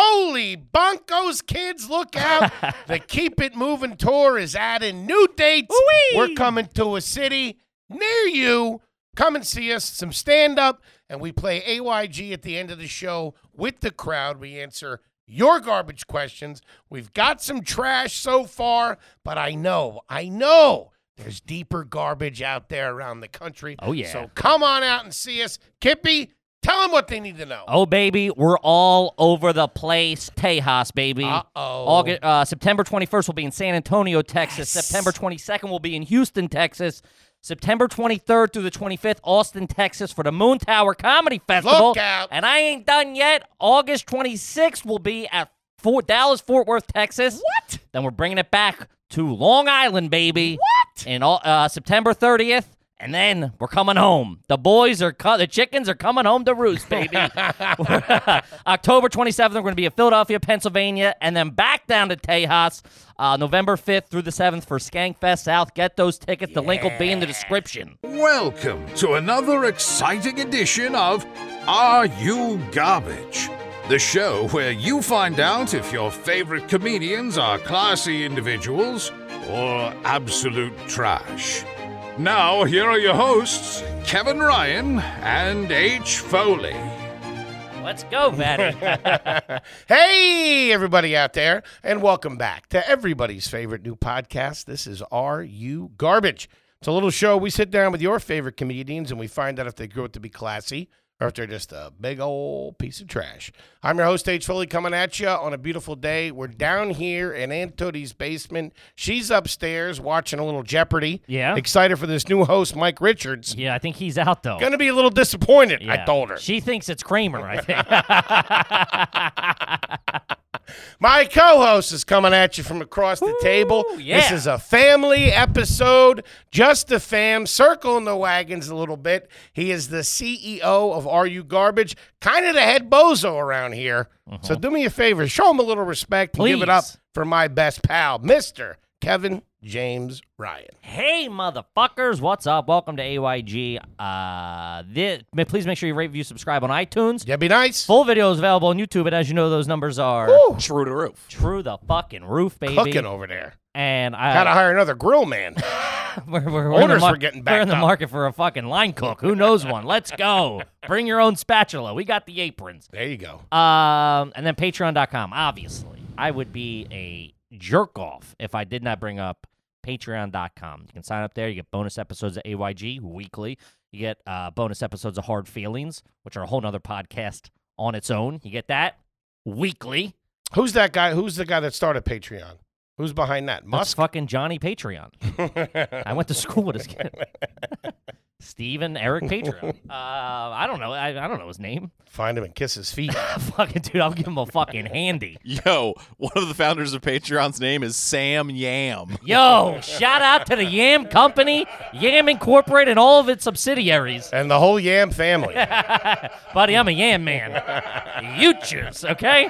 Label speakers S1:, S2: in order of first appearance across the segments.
S1: Holy Broncos kids, look out. the Keep It Moving tour is adding new dates.
S2: Ooh-wee.
S1: We're coming to a city near you. Come and see us, some stand up, and we play AYG at the end of the show with the crowd. We answer your garbage questions. We've got some trash so far, but I know, I know there's deeper garbage out there around the country.
S2: Oh, yeah.
S1: So come on out and see us. Kippy, tell them what they need to know.
S2: Oh baby, we're all over the place. Tejas, baby.
S1: Uh-oh.
S2: August, uh, September 21st will be in San Antonio, Texas. September 22nd will be in Houston, Texas. September 23rd through the 25th, Austin, Texas, for the Moon Tower Comedy Festival.
S1: out.
S2: And I ain't done yet. August 26th will be at Fort Dallas, Fort Worth, Texas. What? Then we're bringing it back to Long Island, baby. What? And all, uh, September 30th. And then we're coming home. The boys are co- the chickens are coming home to roost, baby. October 27th, we're going to be in Philadelphia, Pennsylvania, and then back down to Tejas uh, November 5th through the 7th for Skankfest South. Get those tickets. The link will be in the description.
S3: Welcome to another exciting edition of Are You Garbage? The show where you find out if your favorite comedians are classy individuals or absolute trash. Now, here are your hosts, Kevin Ryan and H. Foley.
S2: Let's go, Maddie.
S1: Hey, everybody out there, and welcome back to everybody's favorite new podcast. This is Are You Garbage? It's a little show. We sit down with your favorite comedians and we find out if they grew up to be classy or if they're just a big old piece of trash. I'm your host, H. Foley, coming at you on a beautiful day. We're down here in Aunt Tootie's basement. She's upstairs watching a little Jeopardy.
S2: Yeah.
S1: Excited for this new host, Mike Richards.
S2: yeah, I think he's out, though.
S1: Gonna be a little disappointed, I
S2: Yeah.
S1: told her.
S2: She thinks it's Kramer, I think.
S1: My co-host is coming at you from across the table. This
S2: yeah.
S1: is a family episode, just the fam, circling the wagons a little bit. He is the CEO of Are You Garbage, kind of the head bozo around here. So do me a favor, show him a little respect and give it up
S2: Uh-huh. Please.
S1: for my best pal, Mister Kevin James Ryan.
S2: Hey, motherfuckers, what's up? Welcome to AYG. Uh, thi- ma- please make sure you rate, review, subscribe on iTunes.
S1: Yeah, be nice.
S2: Full video is available on YouTube, and as you know, those numbers are
S3: True to roof.
S2: true the fucking roof, baby.
S1: Cooking over there.
S2: And I,
S1: Gotta hire another grill man.
S2: we're, we're, in the
S1: Orders were getting
S2: We're
S1: backed
S2: in the
S1: up.
S2: market for a fucking line cook. Who knows one? Let's go. Bring your own spatula. We got the aprons.
S1: There you go.
S2: Um, and then Patreon.com. Obviously, I would be a jerk off if I did not bring up Patreon.com. You can sign up there. You get bonus episodes of AYG weekly. You get uh, bonus episodes of Hard Feelings, which are a whole nother podcast on its own. You get that weekly.
S1: Who's that guy? Who's the guy that started Patreon? Who's behind that?
S2: That's
S1: Musk.
S2: fucking Johnny Patreon. I went to school with his kid. Steven Eric Patreon. Uh, I don't know. I, I don't know his name.
S1: Find him and kiss his feet.
S2: fucking dude, I'll give him a fucking handy.
S4: Yo, one of the founders of Patreon's name is Sam Yam.
S2: Yo, shout out to the Yam Company, Yam Incorporated, and all of its subsidiaries.
S1: and the whole Yam family.
S2: Buddy, I'm a Yam man. You choose, okay?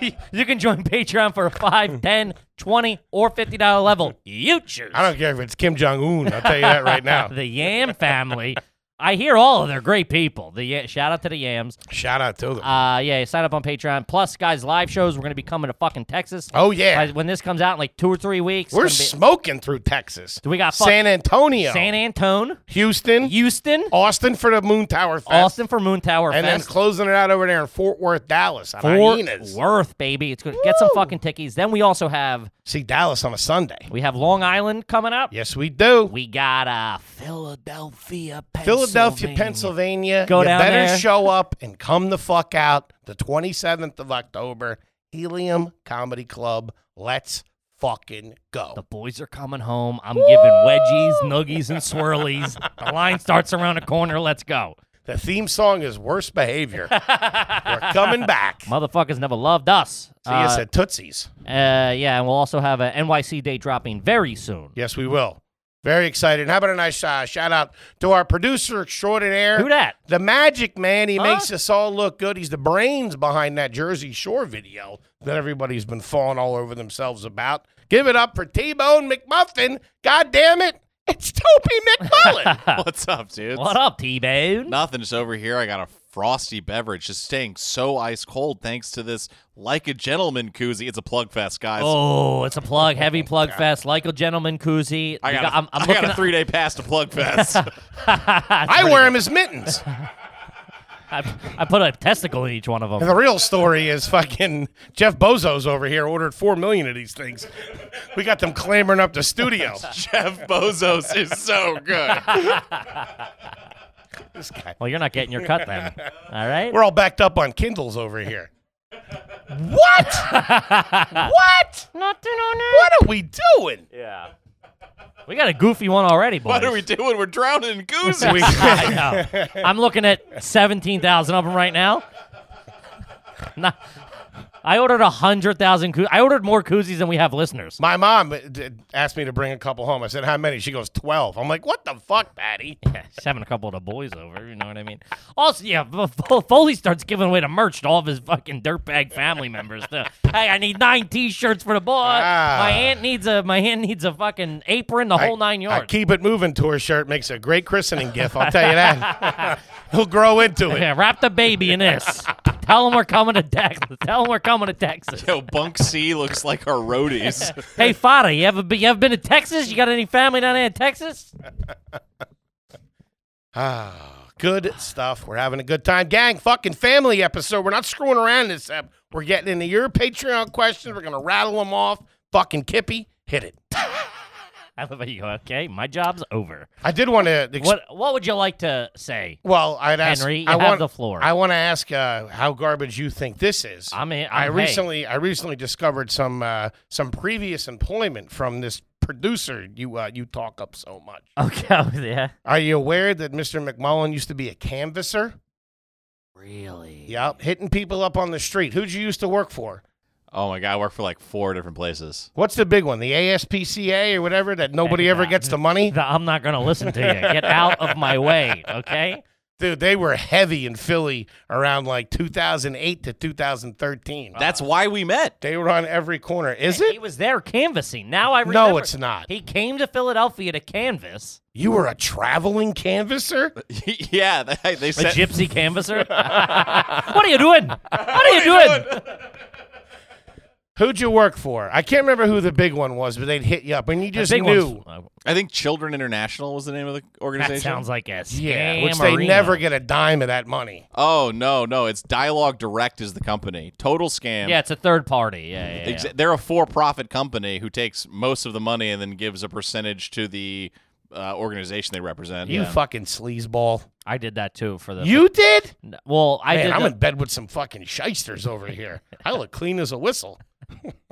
S2: you can join Patreon for a 5, 10, 20, or $50 level. You choose.
S1: I don't care if it's Kim Jong Un. I'll tell you that right now.
S2: the Yam family. I hear all of them. They're great people. The Ya- shout out to the Yams.
S1: Shout out to them.
S2: Uh, yeah, sign up on Patreon. Plus, guys, live shows. We're gonna be coming to fucking Texas.
S1: Oh yeah,
S2: Guys, when this comes out in like two or three weeks,
S1: we're
S2: it's gonna
S1: smoking through Texas.
S2: be, we got fuck-
S1: San Antonio,
S2: San Antone,
S1: Houston,
S2: Houston,
S1: Austin for the Moon Tower Fest,
S2: Austin for Moon Tower
S1: Oh, and then
S2: Fest,
S1: closing it out over there in Fort Worth, Dallas. On
S2: Fort
S1: hyenas.
S2: Worth, baby. It's gonna get some fucking tickies. Then we also have
S1: See Dallas on a Sunday.
S2: we have Long Island coming up.
S1: Yes, we do.
S2: We got uh Philadelphia, Pennsylvania.
S1: Philadelphia, Pennsylvania.
S2: Go
S1: you
S2: down
S1: better
S2: there.
S1: show up and come the fuck out the 27th of October, Helium Comedy Club. Let's fucking go.
S2: The boys are coming home. I'm giving wedgies, nuggies, and swirlies. the line starts around the corner. Let's go.
S1: The theme song is Worst Behavior. We're coming back. See
S2: Motherfuckers never loved us.
S1: us
S2: Uh,
S1: at Tootsie's.
S2: Uh, yeah, and we'll also have a NYC day dropping very soon.
S1: Yes, we will. Very excited. How about a nice uh, shout out to our producer extraordinaire?
S2: Who that?
S1: The magic man. He
S2: Huh?
S1: makes us all look good. He's the brains behind that Jersey Shore video that everybody's been falling all over themselves about. Give it up for T Bone McMuffin. God damn it. It's Toby McMullen.
S4: What's up, dude?
S2: What up, T Bone?
S4: Nothing. Just over here. I got a frosty beverage just staying so ice cold thanks to this like a gentleman koozie. It's a plug fest, guys.
S2: Oh, it's a plug, heavy plug fest, like a gentleman koozie.
S4: I
S2: You
S4: got,
S2: got-
S4: a,
S2: I'm, I'm
S4: I
S2: looking
S4: got a three day pass to plug fest.
S1: I wear them as mittens.
S2: I, I put a testicle in each one of them.
S1: And the real story is fucking Jeff Bozo's over here ordered four million of these things. We got them clamoring up the studio.
S4: Jeff Bozos is so good.
S2: Well, you're not getting your cut then. All right.
S1: We're all backed up on Kindles over here. What? what?
S2: not doing it.
S1: What are we doing?
S2: Yeah. We got a goofy one already, boys.
S4: What are we doing? We're drowning in koozies.
S1: We-
S2: I know. I'm looking at 17,000 of them right now. Nah. I ordered 100,000 koozies. I ordered more koozies than we have listeners.
S1: My mom uh, d- asked me to bring a couple home. I said, How many? She goes, 12. I'm like, What the fuck, Patty?
S2: Yeah, she's having a couple of the boys over, you know what I mean? Also, yeah, Fo- Fo- Foley starts giving away the merch to all of his fucking dirtbag family members. Too. Hey, I need nine T-shirts for the boy.
S1: Ah.
S2: My aunt needs a my aunt needs a fucking apron, the whole nine
S1: I
S2: yards.
S1: keep it moving tour shirt makes a great christening gift. I'll tell you that. He'll grow into it.
S2: Yeah, wrap the baby in this. Tell him we're coming to Texas. Tell him we're coming to Texas.
S4: Yo, Bunk C looks like our roadies.
S2: Hey, Fada, you ever been, you ever been to Texas? You got any family down there in Texas?
S1: Ah, good stuff. We're having a good time, gang. Fucking family episode. We're not screwing around this ep. We're getting into your Patreon questions. We're gonna rattle them off. Fucking Kippy, hit it.
S2: I love how you go. Okay, my job's over.
S1: I did want to. Ex-
S2: What What would you like to say?
S1: Well, I'd ask
S2: Henry, you
S1: I
S2: have
S1: want,
S2: the floor.
S1: I want to ask uh, how garbage you think this is.
S2: I'm in.
S1: I
S2: I'm- hey,
S1: recently, I recently discovered some uh, some previous employment from this producer you uh, you talk up so much.
S2: Okay. Yeah.
S1: Are you aware that Mr. McMullen used to be a canvasser?
S2: Really?
S1: Yep, hitting people up on the street. Who'd you used to work for?
S4: Oh my god, I work for like four different places.
S1: What's the big one? The ASPCA or whatever that nobody
S2: Hey,
S1: ever
S2: uh,
S1: gets the money?
S2: The- I'm not gonna listen to you. Get out of my way. Okay.
S1: Dude, they were heavy in Philly around like 2008 to
S2: Uh.
S1: 2013.
S4: That's why we met.
S1: they were on every corner. Is
S2: He
S1: it?
S2: was there canvassing. Now I remember.
S1: No, it's not.
S2: He came to Philadelphia to canvas.
S1: You were a traveling canvasser?
S4: yeah, they, they
S2: A
S4: said
S2: gypsy canvasser. what are you doing? What are you doing?
S1: Who'd you work for? I can't remember who the big one was, but they'd hit you up and you just
S2: Big ones.
S1: knew.
S2: Uh,
S4: I think Children International was the name of the organization.
S2: That sounds like a scam.
S1: Yeah, which they never get a dime of that money.
S4: Oh no, no, it's Dialogue Direct is the company. Total scam.
S2: Yeah, it's a third party. Yeah, yeah. yeah.
S4: Exa- they're a for-profit company who takes most of the money and then gives a percentage to the uh, organization they represent.
S1: You fucking sleazeball.
S2: I did that too for the.
S1: You did?
S2: well, I
S1: Man,
S2: did.
S1: I'm
S2: the-
S1: in bed with some fucking shysters over here. I look clean as a whistle.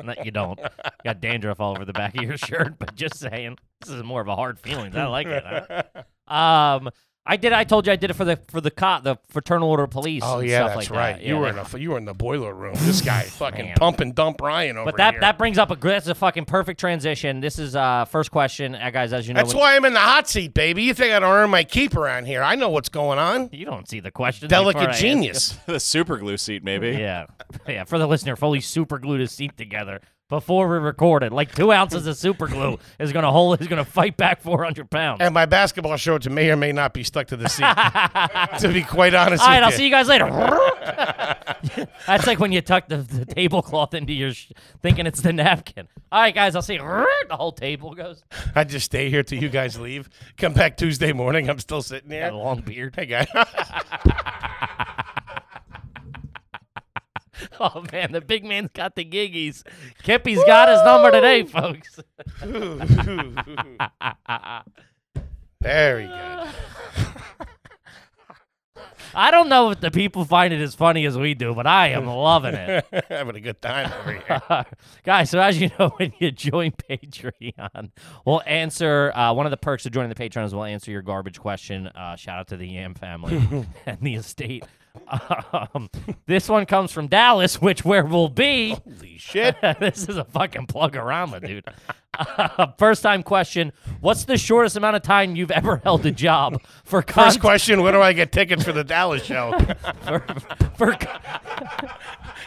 S2: No, you don't. You got dandruff all over the back of your shirt, but just saying, this is more of a hard feeling. I like it. huh? Um, I did. I told you I did it for the for the cop, the fraternal order of police.
S1: Oh
S2: and
S1: yeah,
S2: stuff
S1: that's
S2: like
S1: right.
S2: That.
S1: you
S2: Yeah,
S1: were
S2: they-
S1: in a, you were in the boiler room. This guy fucking
S2: Man.
S1: pump and dump Ryan over
S2: But that
S1: here.
S2: that brings up a gr- that's a fucking perfect transition. This is uh first question, uh, guys. As you know,
S1: that's
S2: when-
S1: why I'm in the hot seat, baby. You think I don't earn my keep around here? I know what's going on.
S2: you don't see the question.
S1: Delicate genius.
S4: the super glue seat, maybe.
S2: Yeah, yeah. For the listener, fully super glued his seat together before we recorded. Like two ounces of super glue is gonna hold. Is gonna fight back 400 pounds.
S1: And my basketball shorts may or may not be stuck to the seat. to be quite honest
S2: All right,
S1: with
S2: I'll
S1: you.
S2: see you guys later. That's like when you tuck the, the tablecloth into your sh- thinking it's the napkin. All right, guys, I'll see you. The whole table goes.
S1: I just stay here till you guys leave. Come back Tuesday morning. I'm still sitting
S2: Got a
S1: here.
S2: long beard.
S1: Hey guy.
S2: Oh man, the big man's got the giggies. Kippy's got his number today, folks.
S1: Very good.
S2: I don't know if the people find it as funny as we do, but I am loving it.
S1: Having a good time over here.
S2: Guys, so as you know, when you join Patreon, we'll answer uh, one of the perks of joining the Patreon is we'll answer your garbage question. Uh, shout out to the Yam family and the estate. Um, this one comes from Dallas, which where we'll be.
S1: Holy shit.
S2: this is a fucking plugorama, dude. Uh, first time question: What's the shortest amount of time you've ever held a job for con-
S1: First question, when do I get tickets for the Dallas show?
S2: for, for con-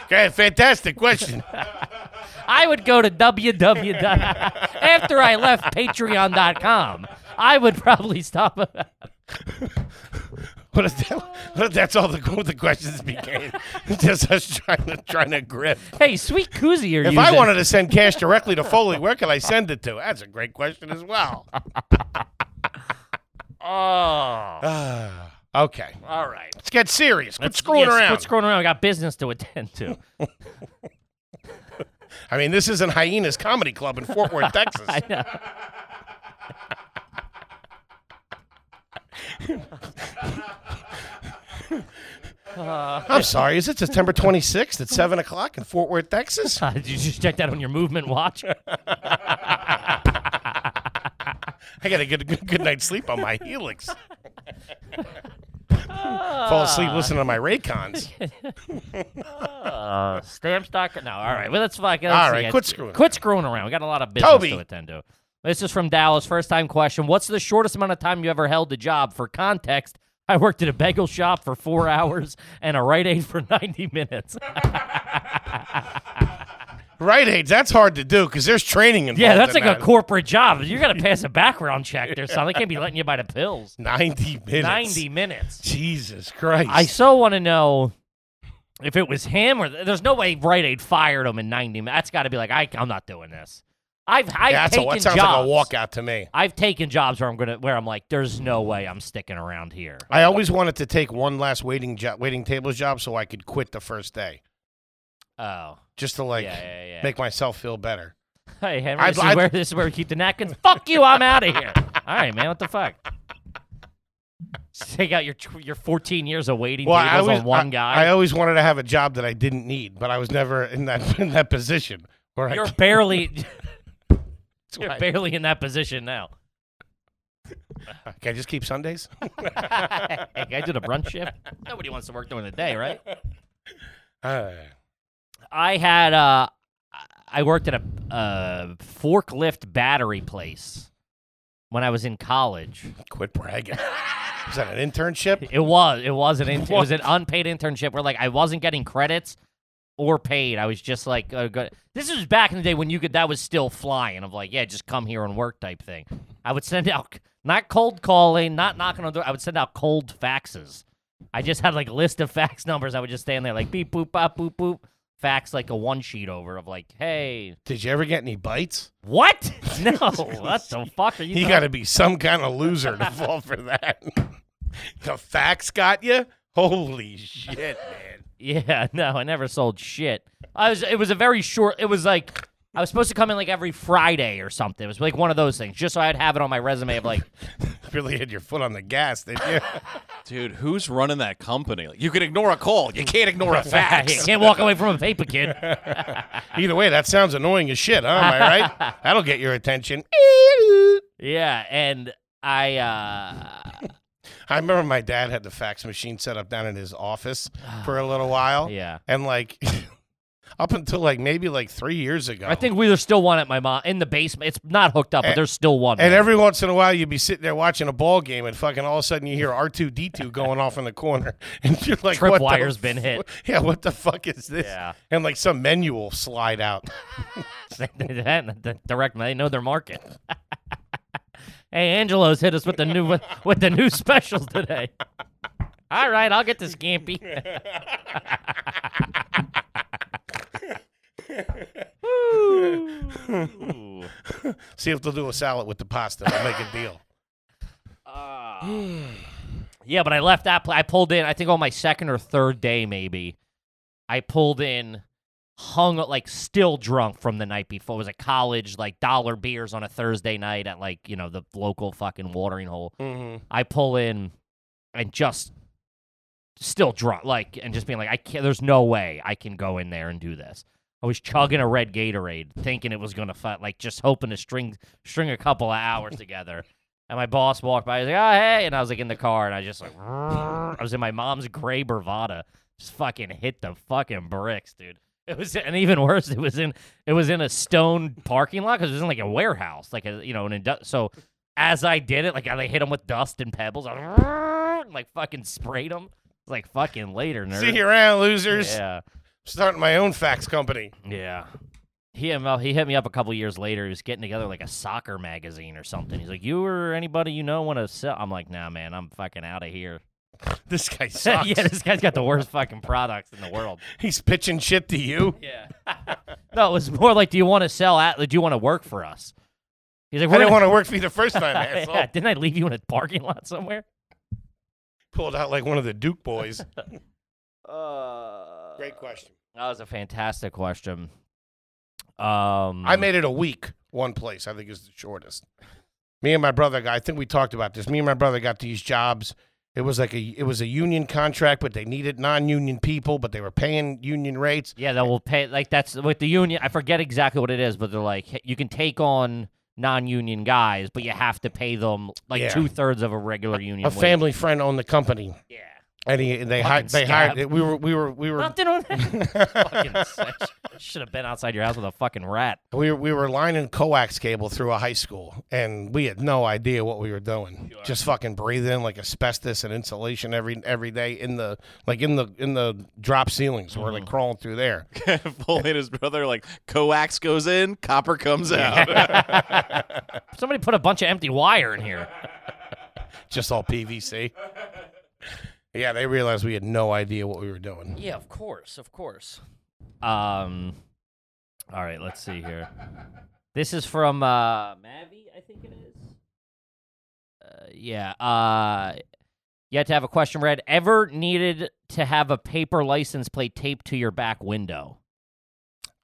S1: Okay, fantastic question.
S2: I would go to www. after I left patreon.com. I would probably stop.
S1: What if, that, what if that's all the, what the questions became? Just us trying to trying to grip.
S2: Hey, sweet koozie, you're
S1: If
S2: using.
S1: I wanted to send cash directly to Foley, where could I send it to? That's a great question as well.
S2: Oh,
S1: Ah, okay,
S2: all right.
S1: let's get serious. Quit screwing
S2: Yes,
S1: around.
S2: Quit screwing around. We got business to attend to.
S1: I mean, this isn't Hyenas Comedy Club in Fort Worth, Texas.
S2: I know.
S1: I'm sorry. Is it September 26th at seven o'clock in Fort Worth, Texas?
S2: Uh, did you just check that on your movement watch?
S1: I got to get a good, good night's sleep on my Helix. Fall asleep listening to my Raycons.
S2: Uh, Stamps.com. No, all right. Well, let's fucking.
S1: All
S2: All
S1: right, quit screwing
S2: Quit screwing around. We got a lot of business
S1: Toby.
S2: to attend to. This is from Dallas. First time question. What's the shortest amount of time you ever held a job? For context, I worked at a bagel shop for four hours and a Rite Aid for 90 minutes.
S1: Right aids, that's hard to do because there's training involved.
S2: Yeah, that's
S1: in
S2: like a
S1: that.
S2: corporate job. You're going to pass a background check or something. They can't be letting you buy the pills.
S1: 90 minutes.
S2: 90 minutes.
S1: Jesus Christ.
S2: I so want to know if it was him or there's no way Rite Aid fired him in 90 minutes. That's got to be like I, I'm not doing this. I've I've
S1: Yeah, that's a,
S2: taken
S1: that sounds
S2: jobs.
S1: like a walkout to me.
S2: I've taken jobs where I'm gonna where I'm like, there's no way I'm sticking around here.
S1: I always wanted to take one last waiting jo- waiting table job so I could quit the first day,
S2: Oh,
S1: just to like
S2: yeah, yeah, yeah.
S1: make myself feel better.
S2: hey, Henry,
S1: I'd
S2: this, is
S1: like-
S2: where, this is where we keep the napkins. fuck you, I'm out of here. All right, man, what the fuck? Take out your tw- your 14 years of waiting
S1: Well, I
S2: tables
S1: always,
S2: on one
S1: I-
S2: guy.
S1: I always wanted to have a job that I didn't need, but I was never in that in that position where I
S2: You're barely
S1: could-
S2: you're barely in that position now.
S1: Can I just keep Sundays?
S2: hey, can I did a brunch shift. Nobody wants to work during the day, right?
S1: Uh,
S2: I had uh, I worked at a uh, forklift battery place when I was in college.
S1: quit bragging. Is that an internship?
S2: It was it was an in- it was an unpaid internship where like I wasn't getting credits or paid. I was just like uh, go- this was back in the day when you could that was still flying of like yeah just come here and work type thing. I would send out not cold calling, not knocking on the door. I would send out cold faxes. I just had like a list of fax numbers. I would just stand there like beep boop bop boop boop fax like a one sheet over of like hey
S1: Did you ever get any bites?
S2: what no what the fuck are you
S1: You
S2: talking-
S1: got to be some kind of loser to fall for that. the facts got you. Holy shit, man!
S2: Yeah, no, I never sold shit. I was it was a very short it was like I was supposed to come in like every Friday or something. It was like one of those things, just so I'd have it on my resume of like
S1: Really had your foot on the gas, did you?
S4: Dude, who's running that company? Like, you can ignore a call. You can't ignore a
S2: you
S4: fax.
S2: can't walk away from a paper kid.
S1: Either way, that sounds annoying as shit, huh? Am I right? That'll get your attention.
S2: yeah, and I uh
S1: I remember my dad had the fax machine set up down in his office for a little while,
S2: yeah.
S1: and like up until like maybe like three years ago,
S2: I think we there's still one at my mom in the basement. It's not hooked up, but
S1: And-
S2: there's still one.
S1: And
S2: there.
S1: every once in a while, you'd be sitting there watching a ball game, and fucking all of a sudden you hear R two D two going off in the corner, and you're like, "What the
S2: Tripwire's
S1: f-
S2: been hit.
S1: Yeah, what the fuck is this?
S2: Yeah.
S1: And like some menu will slide out.
S2: the direct they know their market. hey, Angelo's hit us with the new with, with the new specials today. All right, I'll get the scampi. Woo.
S1: See if they'll do a salad with the pasta. I'll make a deal.
S2: yeah, but I left that. Pla- I pulled in. I think on my second or third day, maybe. I pulled in, hung like still drunk from the night before. It was a college like dollar beers on a Thursday night at like you know the local fucking watering hole.
S1: Mm-hmm.
S2: I pull in and just still drunk, like, and just being like, I can't, there's no way I can go in there and do this. I was chugging a red Gatorade, thinking it was going to fight, like, just hoping to string, string a couple of hours together. And my boss walked by, he's like, oh, hey. And I was like in the car, and I just like, I was in my mom's gray Bravada, just fucking hit the fucking bricks, dude. It was, and even worse, it was in, it was in a stone parking lot because it was in like a warehouse, like a, you know, an indu- so as I did it, like I like, hit him with dust and pebbles, I was, like fucking sprayed him. Like fucking later, nerd.
S1: See you around, losers.
S2: yeah,
S1: Starting my own fax company.
S2: yeah. He hit me up- he hit me up a couple years later. He was getting together like a soccer magazine or something. He's like, "You or anybody you know want to sell?" I'm like, "Nah, man, I'm fucking out of here."
S1: This guy sucks.
S2: yeah, this guy's got the worst fucking products in the world.
S1: He's pitching shit to you.
S2: Yeah. no, it was more like, do you want to sell? At, do you want to work for us? He's like,
S1: I didn't
S2: "We're
S1: want
S2: gonna-
S1: to work for you the first time, asshole.
S2: yeah, didn't I leave you in a parking lot somewhere?
S1: Pulled out like one of the Duke boys.
S2: Uh,
S1: Great question.
S2: That was a fantastic question. Um,
S1: I made it a week, one place. I think is the shortest. Me and my brother got. I think we talked about this. Me and my brother got these jobs. It was like a it was a union contract, but they needed non-union people, but they were paying union rates.
S2: Yeah, that will pay. Like that's with the union. I forget exactly what it is, but they're like, "Hey, you can take on non-union guys, but you have to pay them like
S1: Yeah.
S2: two thirds of a regular union.
S1: A
S2: wage."
S1: family friend owned the company,
S2: Yeah.
S1: and he, they
S2: Fucking
S1: hired. They
S2: scab.
S1: hired. We were we were we were
S2: Nothing on that. fucking should have been outside your house with a fucking rat.
S1: we were, we were lining coax cable through a high school, and we had no idea what we were doing. Just fucking breathing like asbestos and insulation every every day in the like in the in the drop ceilings. We're
S2: Mm-hmm.
S1: like crawling through there.
S4: Foley and his brother, like, coax goes in, copper comes out.
S2: Somebody put a bunch of empty wire in here.
S1: just all PVC. Yeah, they realized we had no idea what we were doing.
S2: Yeah, of course, of course. Um, all right, let's see here. This is from uh, Mavi, I think it is. Uh, yeah. Uh, you had to have a question read. Ever needed to have a paper license plate taped to your back window?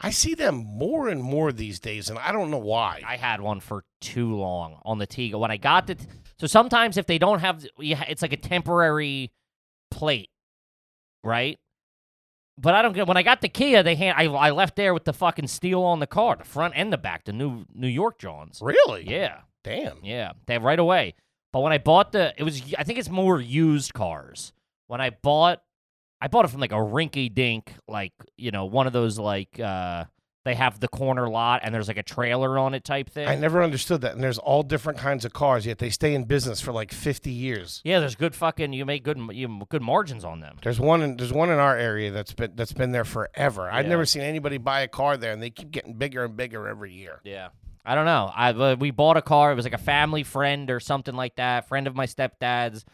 S1: I see them more and more these days, and I don't know why.
S2: I had one for too long on the Tiga. When I got the, t- so sometimes if they don't have, you ha- it's like a temporary plate, right? But I don't get. When I got the Kia, they hand I, I left there with the fucking steel on the car, the front and the back, the new New York Johns.
S1: really?
S2: Yeah,
S1: Damn.
S2: yeah, they right away. But when I bought the, it was I think it's more used cars. When I bought, I bought it from like a rinky dink, like you know one of those like uh they have the corner lot and there's like a trailer on it type thing.
S1: I never understood that. And there's all different kinds of cars, yet they stay in business for like 50 years.
S2: Yeah, there's good fucking. You make good m- you, good margins on them.
S1: There's one. In, there's one in our area that's been that's been there forever. I've
S2: Yeah.
S1: never seen anybody buy a car there, and they keep getting bigger and bigger every year.
S2: Yeah. I don't know. I uh, we bought a car. It was like a family friend or something like that. Friend of my stepdad's.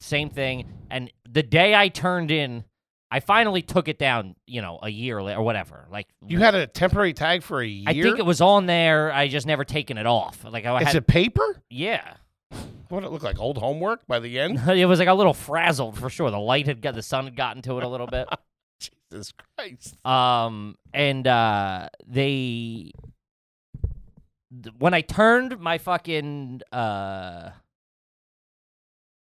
S2: Same thing. And the day I turned in, I finally took it down. You know, a year la- or whatever. Like
S1: You had a temporary tag for a year.
S2: I think it was on there. I just never taken it off. Like I
S1: Is
S2: had.
S1: it paper?
S2: yeah.
S1: What it look like? Old homework by the end.
S2: it was like a little frazzled for sure. The light had got the sun had gotten to it a little bit.
S1: Jesus Christ.
S2: Um, and uh, they th- when I turned my fucking uh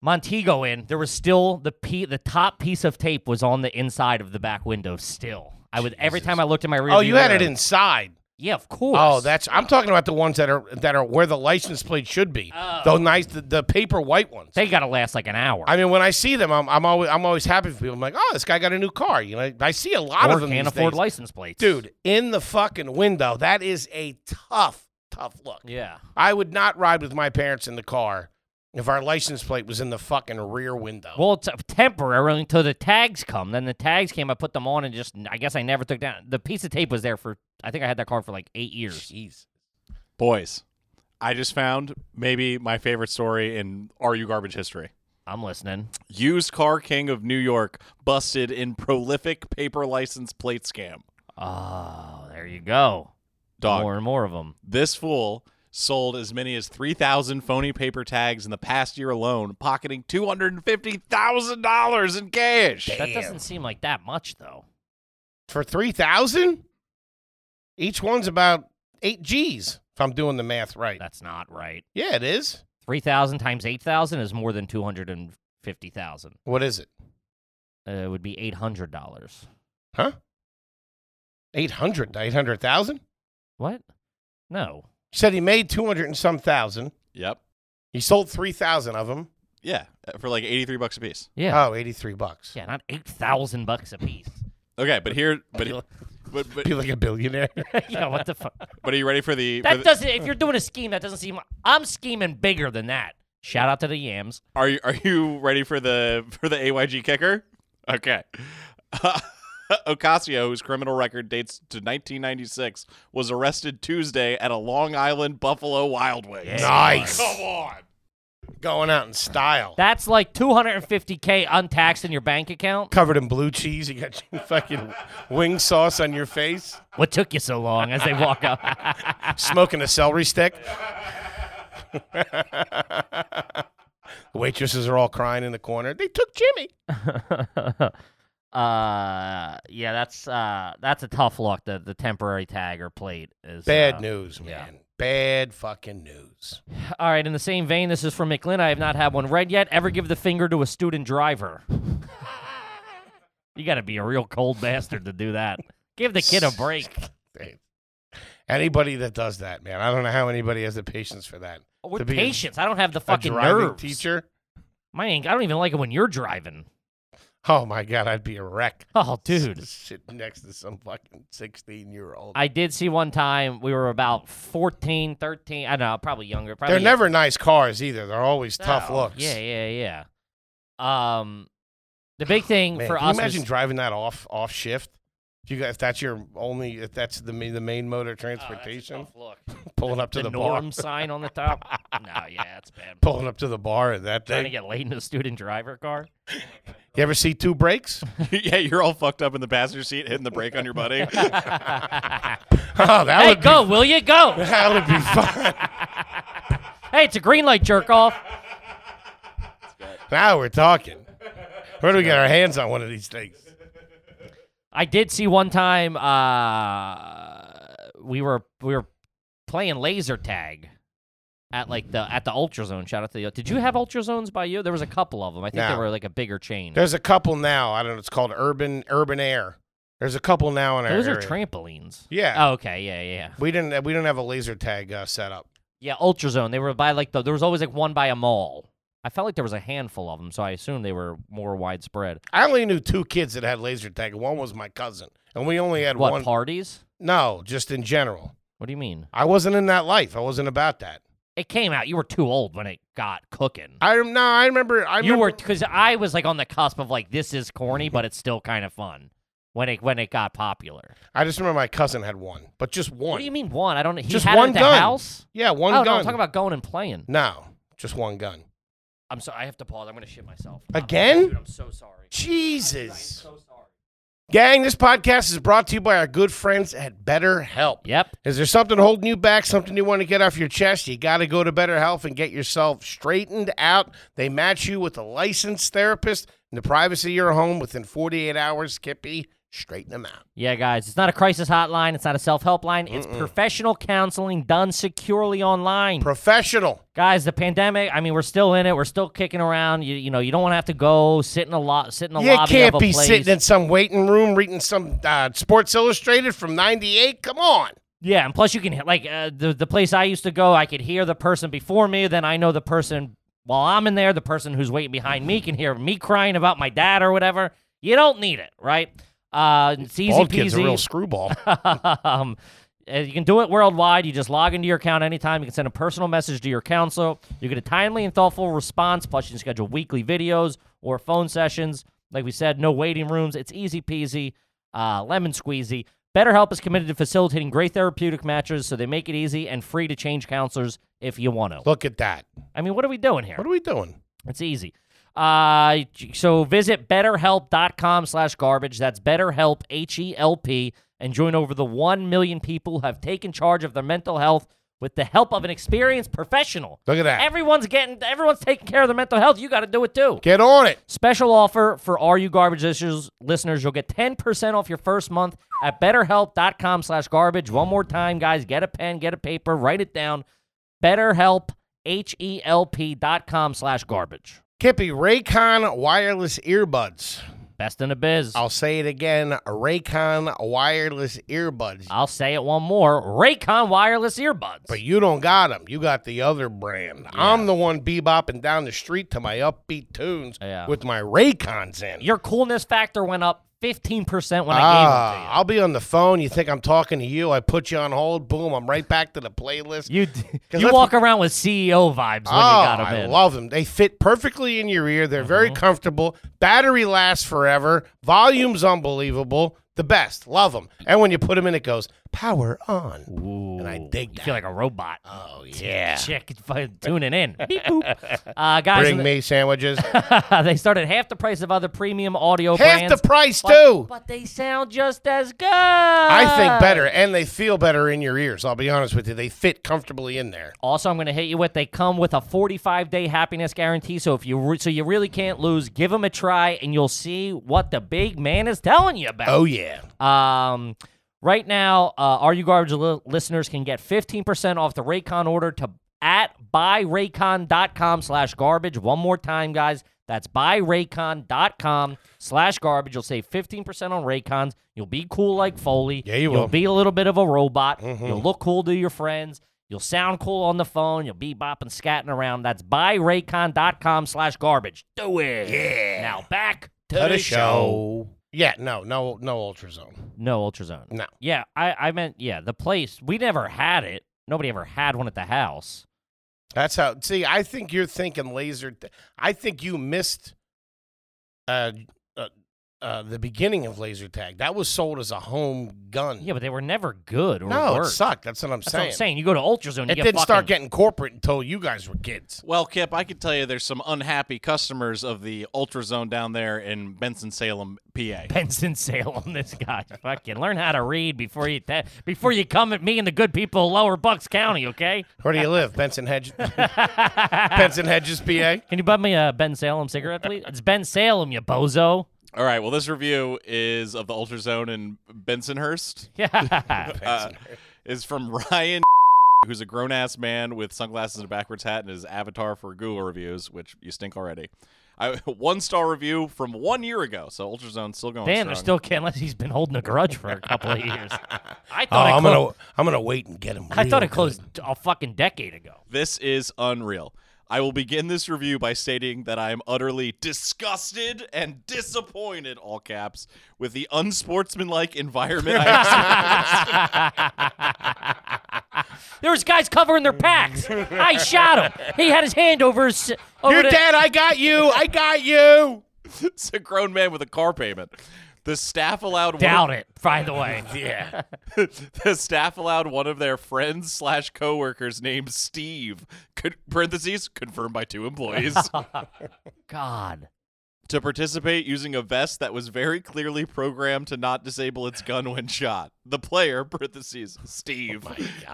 S2: Montego in, there was still the p the top piece of tape was on the inside of the back window. Still, I would every
S1: Jesus.
S2: time I looked at my rear.
S1: Oh, you
S2: view
S1: had it
S2: mirror-
S1: inside.
S2: Yeah, of course.
S1: Oh, that's I'm talking about the ones that are that are where the license plate should be.
S2: Oh.
S1: Those nice the, the paper white ones.
S2: they gotta last like an hour.
S1: I mean, when I see them, I'm, I'm always I'm always happy for people. I'm like, oh, this guy got a new car. You know, I see a lot
S2: or
S1: of them.
S2: can't
S1: these
S2: afford
S1: days.
S2: license plates,
S1: dude, in the fucking window. That is a tough, tough look.
S2: Yeah,
S1: I would not ride with my parents in the car if our license plate was in the fucking rear window.
S2: Well, it's uh, temporary until the tags come. Then the tags came. I put them on and just, I guess I never took down. The piece of tape was there for, I think I had that car for like eight years.
S1: jeez.
S4: Boys, I just found maybe my favorite story in Are You Garbage history.
S2: I'm listening.
S4: Used car king of New York busted in prolific paper license plate scam.
S2: Oh, there you go.
S4: Dog,
S2: More and more of them.
S4: this fool sold as many as 3,000 phony paper tags in the past year alone, pocketing $250,000 in cash.
S2: That doesn't seem like that much, though.
S1: For three thousand, each one's about eight G's. If I'm doing the math right.
S2: That's not right.
S1: Yeah, it is.
S2: 3,000 times 8,000 is more than 250,000.
S1: What is it?
S2: Uh, it would be $800.
S1: Huh? 800 to 800,000? He
S2: What? No.
S1: said he made 200 and some thousand.
S4: Yep.
S1: He sold 3,000 of them.
S4: Yeah, for like 83 bucks a piece.
S2: Yeah.
S1: Oh, 83 bucks.
S2: yeah, not 8,000 bucks a piece.
S4: Okay, but here but
S1: Feel-
S4: but but,
S1: Be like a billionaire.
S2: yeah, what the fuck?
S4: but are you ready for the, for
S2: That
S4: the-
S2: doesn't. If you're doing a scheme, that doesn't seem. I'm scheming bigger than that. Shout out to the yams.
S4: Are you are you ready for the for the AYG kicker? Okay. Ocasio, whose criminal record dates to 1996, was arrested Tuesday at a Long Island Buffalo Wild Wings.
S1: nice.
S4: Come on.
S1: Going out in style.
S2: That's like 250k untaxed in your bank account.
S1: Covered in blue cheese. You got your fucking wing sauce on your face.
S2: What took you so long? As they walk up,
S1: Smoking a celery stick. the waitresses are all crying in the corner. They took Jimmy.
S2: uh, yeah, that's uh, that's a tough look. The the temporary tag or plate is
S1: Bad
S2: uh,
S1: news, man.
S2: yeah.
S1: Bad fucking news.
S2: All right, in the same vein, this is from McLean. I have not had one read yet. Ever give the finger to a student driver? you got to be a real cold bastard to do that. Give the kid a break.
S1: They- Anybody that does that, man, I don't know how anybody has the patience for that.
S2: With
S1: To be a-
S2: patience, I don't have the fucking
S1: a driving
S2: nerves.
S1: teacher.
S2: My, I don't even like it when you're driving.
S1: Oh my god, I'd be a wreck.
S2: Oh, dude.
S1: sitting next to some fucking sixteen-year-old.
S2: I did see one time we were about 14, 13. I don't know, probably younger. Probably
S1: They're never nice cars either. They're always tough
S2: Oh,
S1: looks.
S2: Yeah, yeah, yeah. Um, the big thing
S1: Man,
S2: for
S1: can you
S2: us
S1: imagine
S2: was,
S1: driving that off off shift? If you got, if that's your only, if that's the main, the main mode of transportation, pulling up to
S2: Oh, the,
S1: the, bar,
S2: norm sign on the top. no, yeah, that's bad.
S1: pulling up to the bar, and that
S2: Trying to
S1: thing.
S2: get laid in a student driver car.
S1: You ever see two brakes?
S4: yeah, you're all fucked up in the passenger seat, hitting the brake on your buddy.
S1: oh, that
S2: Hey,
S1: would
S2: go, will you?
S1: Be,
S2: Go.
S1: that would be fun.
S2: Hey, it's a green light jerk off.
S1: now we're talking. Where do we get our hands on one of these things?
S2: I did see one time uh, we were we were playing laser tag at like the at the Ultra Zone. Shout out to the Did you have Ultra Zones by you? There was a couple of them. I think they
S1: Mm-hmm. No.
S2: were like a bigger chain.
S1: There's a couple now. I don't know. It's called Urban Urban Air. There's a couple now in our
S2: Those are
S1: area.
S2: trampolines.
S1: Yeah.
S2: Oh, okay. Yeah, yeah, yeah.
S1: We didn't we didn't have a laser tag uh, set up.
S2: Yeah, Ultra Zone. They were by like the there was always like one by a mall. I felt like there was a handful of them, so I assumed they were more widespread.
S1: I only knew two kids that had laser tag. One was my cousin, and we only had
S2: What
S1: one.
S2: parties?
S1: No, just in general.
S2: What do you mean?
S1: I wasn't in that life. I wasn't about that.
S2: It came out. You were too old when it got cooking.
S1: I rem- no. I remember. I
S2: you
S1: remember,
S2: were because I was like on the cusp of like this is corny, but it's still kind of fun when it when it got popular.
S1: I just remember my cousin had one, but just one.
S2: What do you mean one? I don't. He
S1: Just
S2: had it
S1: one
S2: at the
S1: gun.
S2: house.
S1: Yeah, one
S2: oh no,
S1: gun.
S2: I'm talking about going and playing.
S1: no, just one gun.
S2: I'm sorry. I have to pause. I'm gonna shit myself.
S1: Again?
S2: Dude, I'm so sorry.
S1: Jesus,
S2: So sorry.
S1: gang! This podcast is brought to you by our good friends at BetterHelp.
S2: Yep.
S1: Is there something holding you back, something you want to get off your chest? You got to go to Better Health and get yourself straightened out. They match you with a licensed therapist in the privacy of your home within 48 hours. Kippy, straighten them out.
S2: Yeah, guys, it's not a crisis hotline. It's not a self help line. It's professional counseling done securely online.
S1: Professional.
S2: guys, the pandemic. I mean, we're still in it. We're still kicking around. You, you know, you don't want to have to go sit in a lot, sit in a
S1: You
S2: lobby
S1: can't
S2: of a
S1: be
S2: place.
S1: sitting in some waiting room reading some uh, Sports Illustrated from 98. Come on.
S2: Yeah, and plus you can like uh, the the place I used to go, I could hear the person before me, then I know the person while I'm in there, the person who's waiting behind me can hear me crying about my dad or whatever. You don't need it, right? Uh, it's easy
S1: Bald
S2: peasy.
S1: kid's a real screwball.
S2: um, uh, you can do it worldwide. You just log into your account anytime. You can send a personal message to your counselor. You get a timely and thoughtful response. Plus, you can schedule weekly videos or phone sessions. Like we said, no waiting rooms. It's easy peasy, uh, lemon squeezy. BetterHelp is committed to facilitating great therapeutic matches, so they make it easy and free to change counselors if you want to.
S1: Look at that.
S2: I mean, what are we doing here?
S1: What are we doing?
S2: It's easy. Uh, so visit betterhelp.com slash garbage. That's betterhelp, H-E-L-P, and join over the 1 million people who have taken charge of their mental health with the help of an experienced professional.
S1: Look at that.
S2: Everyone's getting, everyone's taking care of their mental health. You got to do it too.
S1: Get on it.
S2: Special offer for all you garbage listeners. Listeners, you'll get 10% off your first month at betterhelp.com slash garbage. One more time, guys. Get a pen, get a paper, write it down. Betterhelp, H-E-L-P dot com slash garbage.
S1: Kippy, Raycon wireless earbuds.
S2: Best in the biz. I'll,
S1: I'll say it again Raycon wireless earbuds.
S2: say it one more. Raycon wireless earbuds.
S1: But you don't got them. You got the other brand. I'm the one bebopping down the street to my upbeat tunes
S2: Yeah.
S1: with my Raycons in.
S2: Your coolness factor went up 15% when I gave
S1: Ah, I'll be on the phone. You think I'm talking to you? I put you on hold. Boom! I'm right back to the playlist.
S2: them to you. You,
S1: 'Cause
S2: you
S1: that's-
S2: walk around with CEO vibes when
S1: oh,
S2: you got them
S1: I
S2: in. Mm-hmm.
S1: love them. They fit perfectly in your ear. They're very comfortable. Battery lasts forever. Volume's unbelievable. The best. Love them. And when you put them in, it goes, power on.
S2: Ooh,
S1: And I dig
S2: You
S1: that.
S2: feel like a robot.
S1: Oh, yeah.
S2: Chick, fucking tuning in. Beep, boop. Uh, guys,
S1: Bring me sandwiches.
S2: they start at half the price of other premium audio
S1: Half
S2: brands.
S1: the price,
S2: but,
S1: too.
S2: But they sound just as good.
S1: I
S2: I
S1: think better, and they feel better in your ears. I'll be honest with you. They fit comfortably in there.
S2: Also, I'm going to hit you with they come with a 45 day happiness guarantee. So if you re- so you really can't lose, give them a try, and you'll see what the big man is telling you about.
S1: Oh, yeah.
S2: Um, right now, uh, Are You Garbage li- listeners can get 15% off the Raycon order to at buyraycon.com slash garbage. One more time, guys. That's buyraycon.com slash garbage. You'll save 15% on Raycons. You'll be cool like Foley.
S1: Yeah, you
S2: will
S1: will.
S2: be a little bit of a robot.
S1: Mhm.
S2: You'll look cool to your friends. You'll sound cool on the phone. You'll be bopping, scatting around. That's buyraycon.com slash garbage. Do it. Yeah. Now back to,
S1: Cut
S2: the
S1: a show. Yeah, no, no, no ultrazone.
S2: no ultrazone.
S1: No.
S2: Yeah, I, I meant yeah, the place. We never had it. Nobody ever had one at the house.
S1: That's how. See, I think you're thinking laser. th- I think you missed uh, uh, uh, the beginning of laser tag. That was sold as a home gun.
S2: Yeah, but they were never good or
S1: no, it
S2: worked.
S1: sucked. That's what I'm
S2: That's
S1: saying.
S2: what I'm saying. You go to ultrazone, you
S1: It
S2: get
S1: didn't start
S2: fucking-
S1: getting corporate until you guys were kids.
S4: Well, Kip, I can tell you there's some unhappy customers of the Ultrazone down there in Benson Salem, PA.
S2: Benson Salem. This guy, fucking learn how to read before you te- before you come at me and the good people of Lower Bucks County. Okay?
S1: Where do you live, Benson Hedges? Benson Hedges, PA.
S2: Can you buy me a Ben Salem cigarette, please? It's Ben Salem, you bozo.
S4: All right, well, this review is of the Ultrazone in Bensonhurst.
S2: Yeah.
S4: Uh, is from Ryan, who's a grown ass man with sunglasses and a backwards hat and his avatar for Google reviews, which you stink already. I, one star review from one year ago, so Ultrazone's still going.
S2: Damn, they're
S4: strong.
S2: still can't unless he's been holding a grudge for a couple of years. I
S1: Oh,
S2: thought it
S1: I'm
S2: clo-
S1: gonna I'm gonna wait and get him.
S2: I thought
S1: real
S2: it closed a fucking decade ago.
S4: This is unreal. I will begin this review by stating that I am utterly disgusted and disappointed, all caps, with the unsportsmanlike environment. I have seen.
S2: There was guys covering their packs. I shot him. He had his hand over his.
S1: good.
S2: Over
S1: You're
S2: the-
S1: dead. I got you. I got you.
S4: it's a grown man with a car payment. The staff allowed one of-
S2: Doubt it, by the way.
S1: Yeah.
S4: the staff allowed one of their friends slash coworkers named Steve, con- parentheses confirmed by two employees,
S2: God.
S4: to participate using a vest that was very clearly programmed to not disable its gun when shot. The player, parentheses Steve,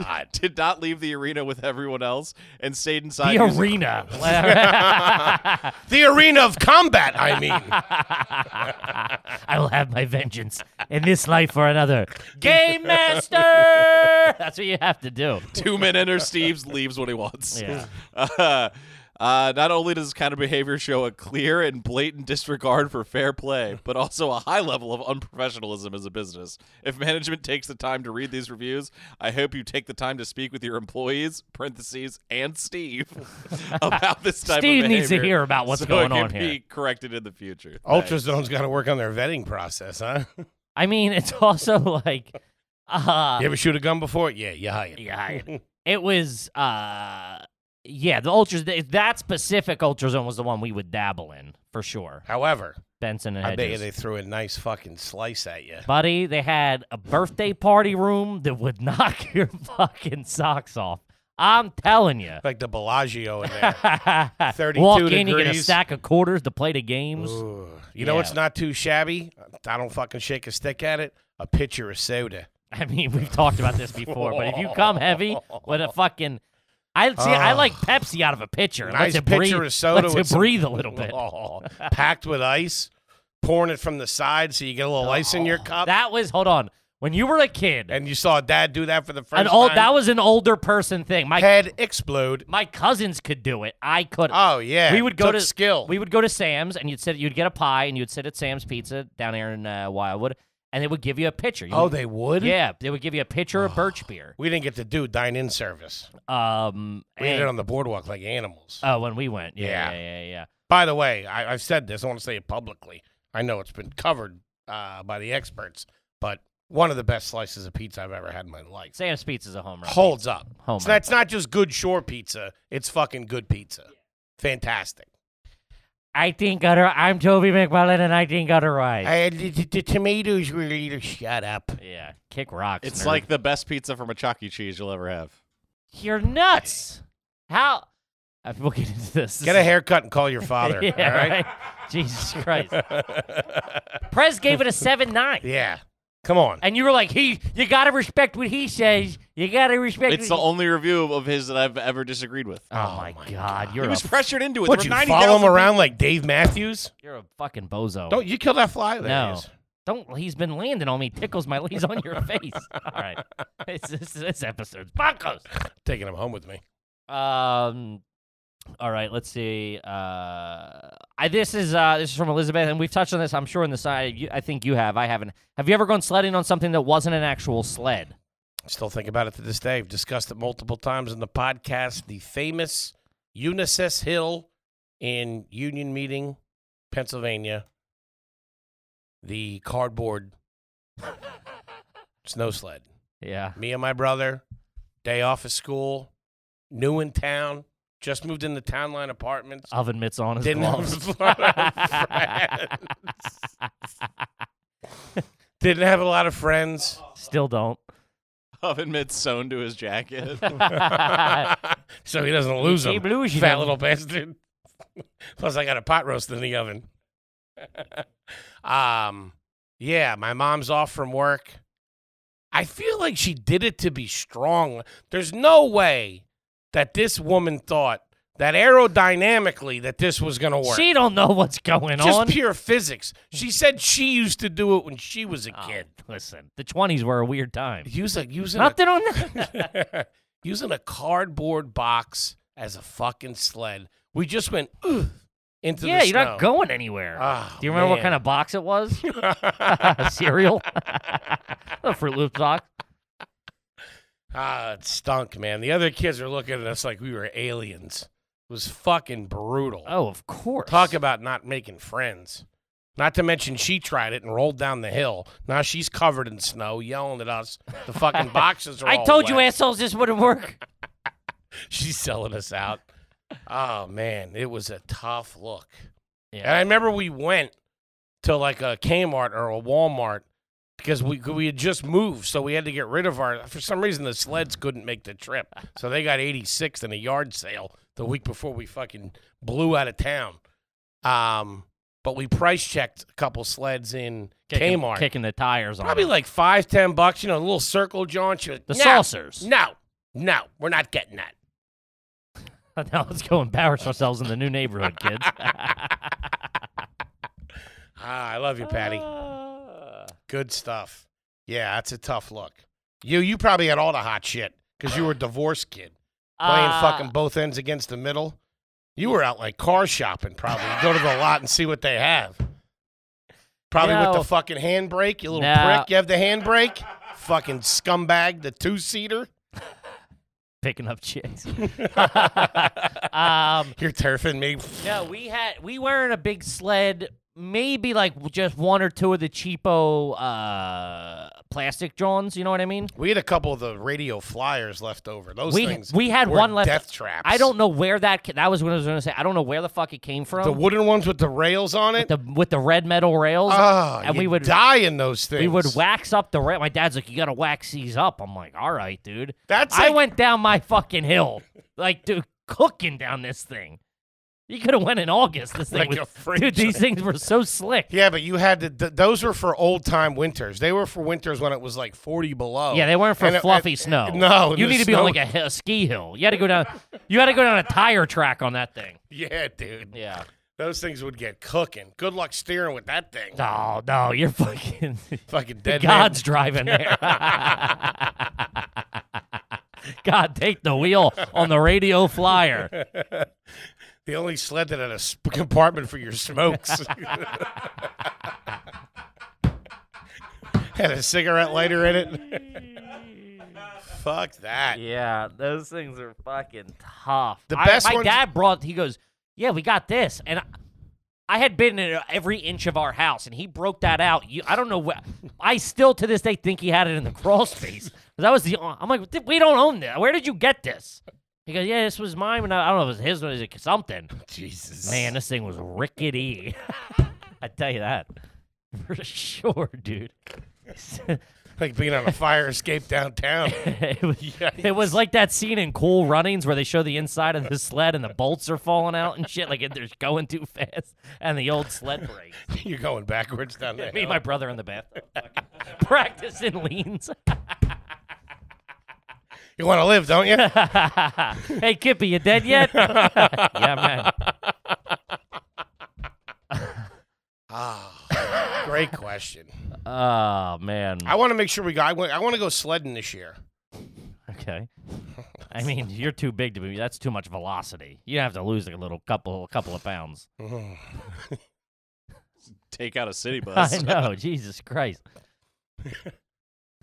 S4: did not leave the arena with everyone else and stayed inside.
S2: The
S4: using-
S2: arena.
S1: The arena of combat. I mean,
S2: I will have my vengeance in this life or another. Game Master! That's what you have to do.
S4: two men enter Steve's, leaves what he wants.
S2: Yeah.
S4: Uh, uh, not only does this kind of behavior show a clear and blatant disregard for fair play, but also a high level of unprofessionalism as a business. If management takes the time to read these reviews, I hope you take the time to speak with your employees (parentheses and Steve) about this type
S2: Steve
S4: of behavior.
S2: needs to hear about what's
S4: so
S2: going
S4: it can
S2: on here.
S4: Be corrected in the future. Thanks.
S1: Ultrazone's got to work on their vetting process, huh?
S2: I mean, it's also like. Uh,
S1: You ever shoot a gun before? Yeah, you hired.
S2: Yeah, I- it was. uh Yeah, the ultras. th- That specific ultrazone was the one we would dabble in for sure.
S1: However,
S2: Benson and
S1: I bet you
S2: Hedges.
S1: they threw a nice fucking slice at you.
S2: Buddy, they had a birthday party room that would knock your fucking socks off. I'm telling you.
S1: Like the Bellagio in there.
S2: Walk in, you get a
S1: degrees.
S2: stack of quarters to play the games.
S1: Ooh. You know what's
S2: Yeah.
S1: not too shabby? I don't fucking shake a stick at it. A pitcher of soda.
S2: I mean, we've talked about this before, but if you come heavy with a fucking, I see. I
S1: Oh.
S2: like Pepsi out of a pitcher.
S1: Nice
S2: Let's it
S1: pitcher
S2: breathe.
S1: of soda
S2: Let's
S1: with
S2: it
S1: some-
S2: breathe a little bit.
S1: Oh, packed with ice, pouring it from the side so you get a little ice in
S2: Oh.
S1: your cup.
S2: That was hold on. When you were a kid,
S1: and you saw dad do that for the first
S2: an old
S1: time.
S2: that was an older person thing. My
S1: head explode.
S2: my cousins could do it. I couldn't.
S1: Oh yeah,
S2: we would go
S1: Took
S2: to
S1: skill.
S2: We would go to Sam's, and you'd sit. You'd get a pie, and you'd sit at Sam's Pizza down here in uh, Wildwood, and they would give you a pitcher. You
S1: oh,
S2: would-
S1: they would.
S2: yeah, they would give you a pitcher of birch beer.
S1: we didn't get to do dine-in service.
S2: Um,
S1: We did
S2: and-
S1: it on the boardwalk like animals.
S2: oh, when we went, yeah, yeah,
S1: Yeah.
S2: yeah, yeah.
S1: By the way, I, I've said this. I want to say it publicly. I know it's been covered uh, by the experts, but one of the best slices of pizza I've ever had in my life
S2: Sam's Pizza's a home run.
S1: holds up.
S2: Home
S1: so
S2: run.
S1: that's not just good shore pizza. It's fucking good pizza. Fantastic.
S2: I think got her. I'm Toby McMullen, and I think got her right.
S1: I, Uh, the, the, the tomatoes were either shut up.
S2: yeah, kick rocks.
S4: It's
S2: nerd.
S4: like the best pizza from a Chuck E. Cheese you'll ever have.
S2: you're nuts. How? Uh, we'll get into this.
S1: Get a haircut and call your father.
S2: yeah,
S1: all right?
S2: right? Jesus Christ. Prez gave it a seven nine.
S1: Yeah. Come on.
S2: And you were like, he, you gotta respect what he says. You gotta respect.
S4: It's the
S2: what he-
S4: only review of his that I've ever disagreed with.
S2: oh, my God, you're
S4: He
S2: a,
S4: was pressured into it.
S1: What,
S4: There
S1: you
S4: were 90,000
S1: follow him around like Dave Matthews?
S2: you're a fucking bozo.
S1: Don't you kill that fly? There he
S2: no,
S1: is.
S2: don't. He's been landing on me. Tickles my. He's on your face. All right, it's, this this episode's bonkers.
S1: Taking him home with me.
S2: Um, all right, let's see. Uh, I this is uh this is from Elizabeth, and we've touched on this. I'm sure in the side. You, I think you have. I haven't. Have you ever gone sledding on something that wasn't an actual sled?
S1: Still think about it to this day. I've discussed it multiple times in the podcast. The famous Unisys Hill in Union Meeting, Pennsylvania. The cardboard snow sled.
S2: Yeah.
S1: Me and my brother, day off of school, new in town, just moved into town line apartments.
S2: Oven mitts on his
S1: Didn't have
S2: gloves.
S1: a lot of Didn't have a lot of friends.
S2: Still don't.
S4: oven mitts sewn to his jacket.
S1: so he doesn't lose
S2: He
S1: them.
S2: blues you
S1: fat
S2: know.
S1: little bastard. Plus, I got a pot roast in the oven. um, yeah, my mom's off from work. I feel like she did it to be strong. There's no way that this woman thought that aerodynamically that this was going to work.
S2: She don't know what's going
S1: Just
S2: on.
S1: pure physics. She said she used to do it when she was a
S2: Oh,
S1: kid.
S2: listen, the twenties were a weird time.
S1: Use a using a
S2: Nothing on that.
S1: using a cardboard box as a fucking sled. We just went Ugh, into
S2: yeah,
S1: the
S2: you're
S1: snow.
S2: not going anywhere.
S1: Ah,
S2: Do you remember what
S1: man.
S2: kind of box it was?
S1: ah,
S2: Cereal, a Fruit Loops box.
S1: Ah, it stunk, man. The other kids are looking at us like we were aliens. It was fucking brutal.
S2: Oh, of course.
S1: Talk about not making friends. Not to mention she tried it and rolled down the hill. Now she's covered in snow, yelling at us. The fucking boxes are
S2: I
S1: all
S2: told you
S1: wet.
S2: assholes this wouldn't work.
S1: She's selling us out. Oh man, it was a tough look.
S2: Yeah.
S1: And I remember we went to like a Kmart or a Walmart because we we had just moved, so we had to get rid of our. For some reason, the sleds couldn't make the trip, so they got 86th in a yard sale the week before we fucking blew out of town. Um, but we price checked a couple sleds in
S2: Kicking,
S1: Kmart,
S2: kicking the tires on.
S1: probably
S2: it.
S1: like five, ten bucks. You know, a little circle joint. She was,
S2: the
S1: "No,
S2: saucers.
S1: No, no, we're not getting that.
S2: now let's go embarrass ourselves in the new neighborhood, kids.
S1: Ah, I love you, Patty.
S2: Uh,
S1: Good stuff. Yeah, that's a tough look. You you probably had all the hot shit because you were a divorce kid playing
S2: uh,
S1: fucking both ends against the middle. You were out like car shopping, probably. You go to the lot and see what they have. Probably with
S2: No.
S1: the fucking handbrake, you little
S2: No.
S1: prick. You have the handbrake, fucking scumbag, the two seater.
S2: picking up chicks. um,
S1: You're turfing me.
S2: no, we had we were in a big sled. Maybe like just one or two of the cheapo uh, plastic Johns. You know what I mean?
S1: We had a couple of the radio flyers left over. Those
S2: we
S1: things.
S2: we had
S1: were
S2: one left.
S1: Death traps.
S2: I don't know where that ca- that was what I was gonna say. I don't know where the fuck it came from.
S1: The wooden ones with the rails on it.
S2: the with the red metal rails.
S1: Oh,
S2: and
S1: you
S2: we would-
S1: die in those things.
S2: we would wax up the rail. My dad's like, "You gotta wax these up." I'm like, "All right, dude."
S1: That's
S2: I
S1: like-
S2: went down my fucking hill, like, dude, cooking down this thing. You could have went in August. This thing
S1: Like
S2: was,
S1: a fridge.
S2: dude. These things were so slick.
S1: Yeah, but you had to. Th- those were for old time winters. They were for winters when it was like forty below.
S2: Yeah, they weren't for
S1: And it-
S2: fluffy
S1: and-
S2: snow.
S1: No,
S2: you
S1: the
S2: need to be on
S1: snow-
S2: like a, hi- a ski hill. You had to go down. You had to go down a tire track on that thing.
S1: Yeah, dude.
S2: Yeah.
S1: Those things would get cooking. Good luck steering with that thing.
S2: No, no, you're fucking.
S1: Fucking dead.
S2: God's driving there. God, take the wheel on the radio flyer.
S1: man. The only sled that had a sp- compartment for your smokes. had a cigarette lighter in it. Fuck that.
S2: Yeah, those things are fucking tough.
S1: The
S2: I-
S1: best
S2: my
S1: ones-
S2: dad brought. He goes, "Yeah, we got this," and I, I had been in every inch of our house, and he broke that out. You, I don't know where. I still to this day think he had it in the crawl space. 'Cause That was the. on- I'm like, "Th- we don't own that. Where did you get this? He goes, yeah, this was mine when I, I don't know if it was his or it was something.
S1: Jesus.
S2: Man, this thing was rickety. I tell you that for sure, dude.
S1: Like being on a fire escape downtown.
S2: it, was, it was like that scene in Cool Runnings where they show the inside of the sled and the bolts are falling out and shit. Like it- they're going too fast and the old sled breaks.
S1: You're going backwards down there.
S2: Me and my brother in the bathtub fucking practicing leans.
S1: You want to live, don't you?
S2: hey, Kippy, you dead yet? yeah, man.
S1: Ah, great question.
S2: Oh man.
S1: I want to make sure we go. I want, I want to go sledding this year.
S2: Okay. I mean, you're too big to be. That's too much velocity. You have to lose like a little couple, a couple of pounds.
S1: Mm.
S4: Take out a city
S2: I
S4: bus.
S2: know. Jesus Christ.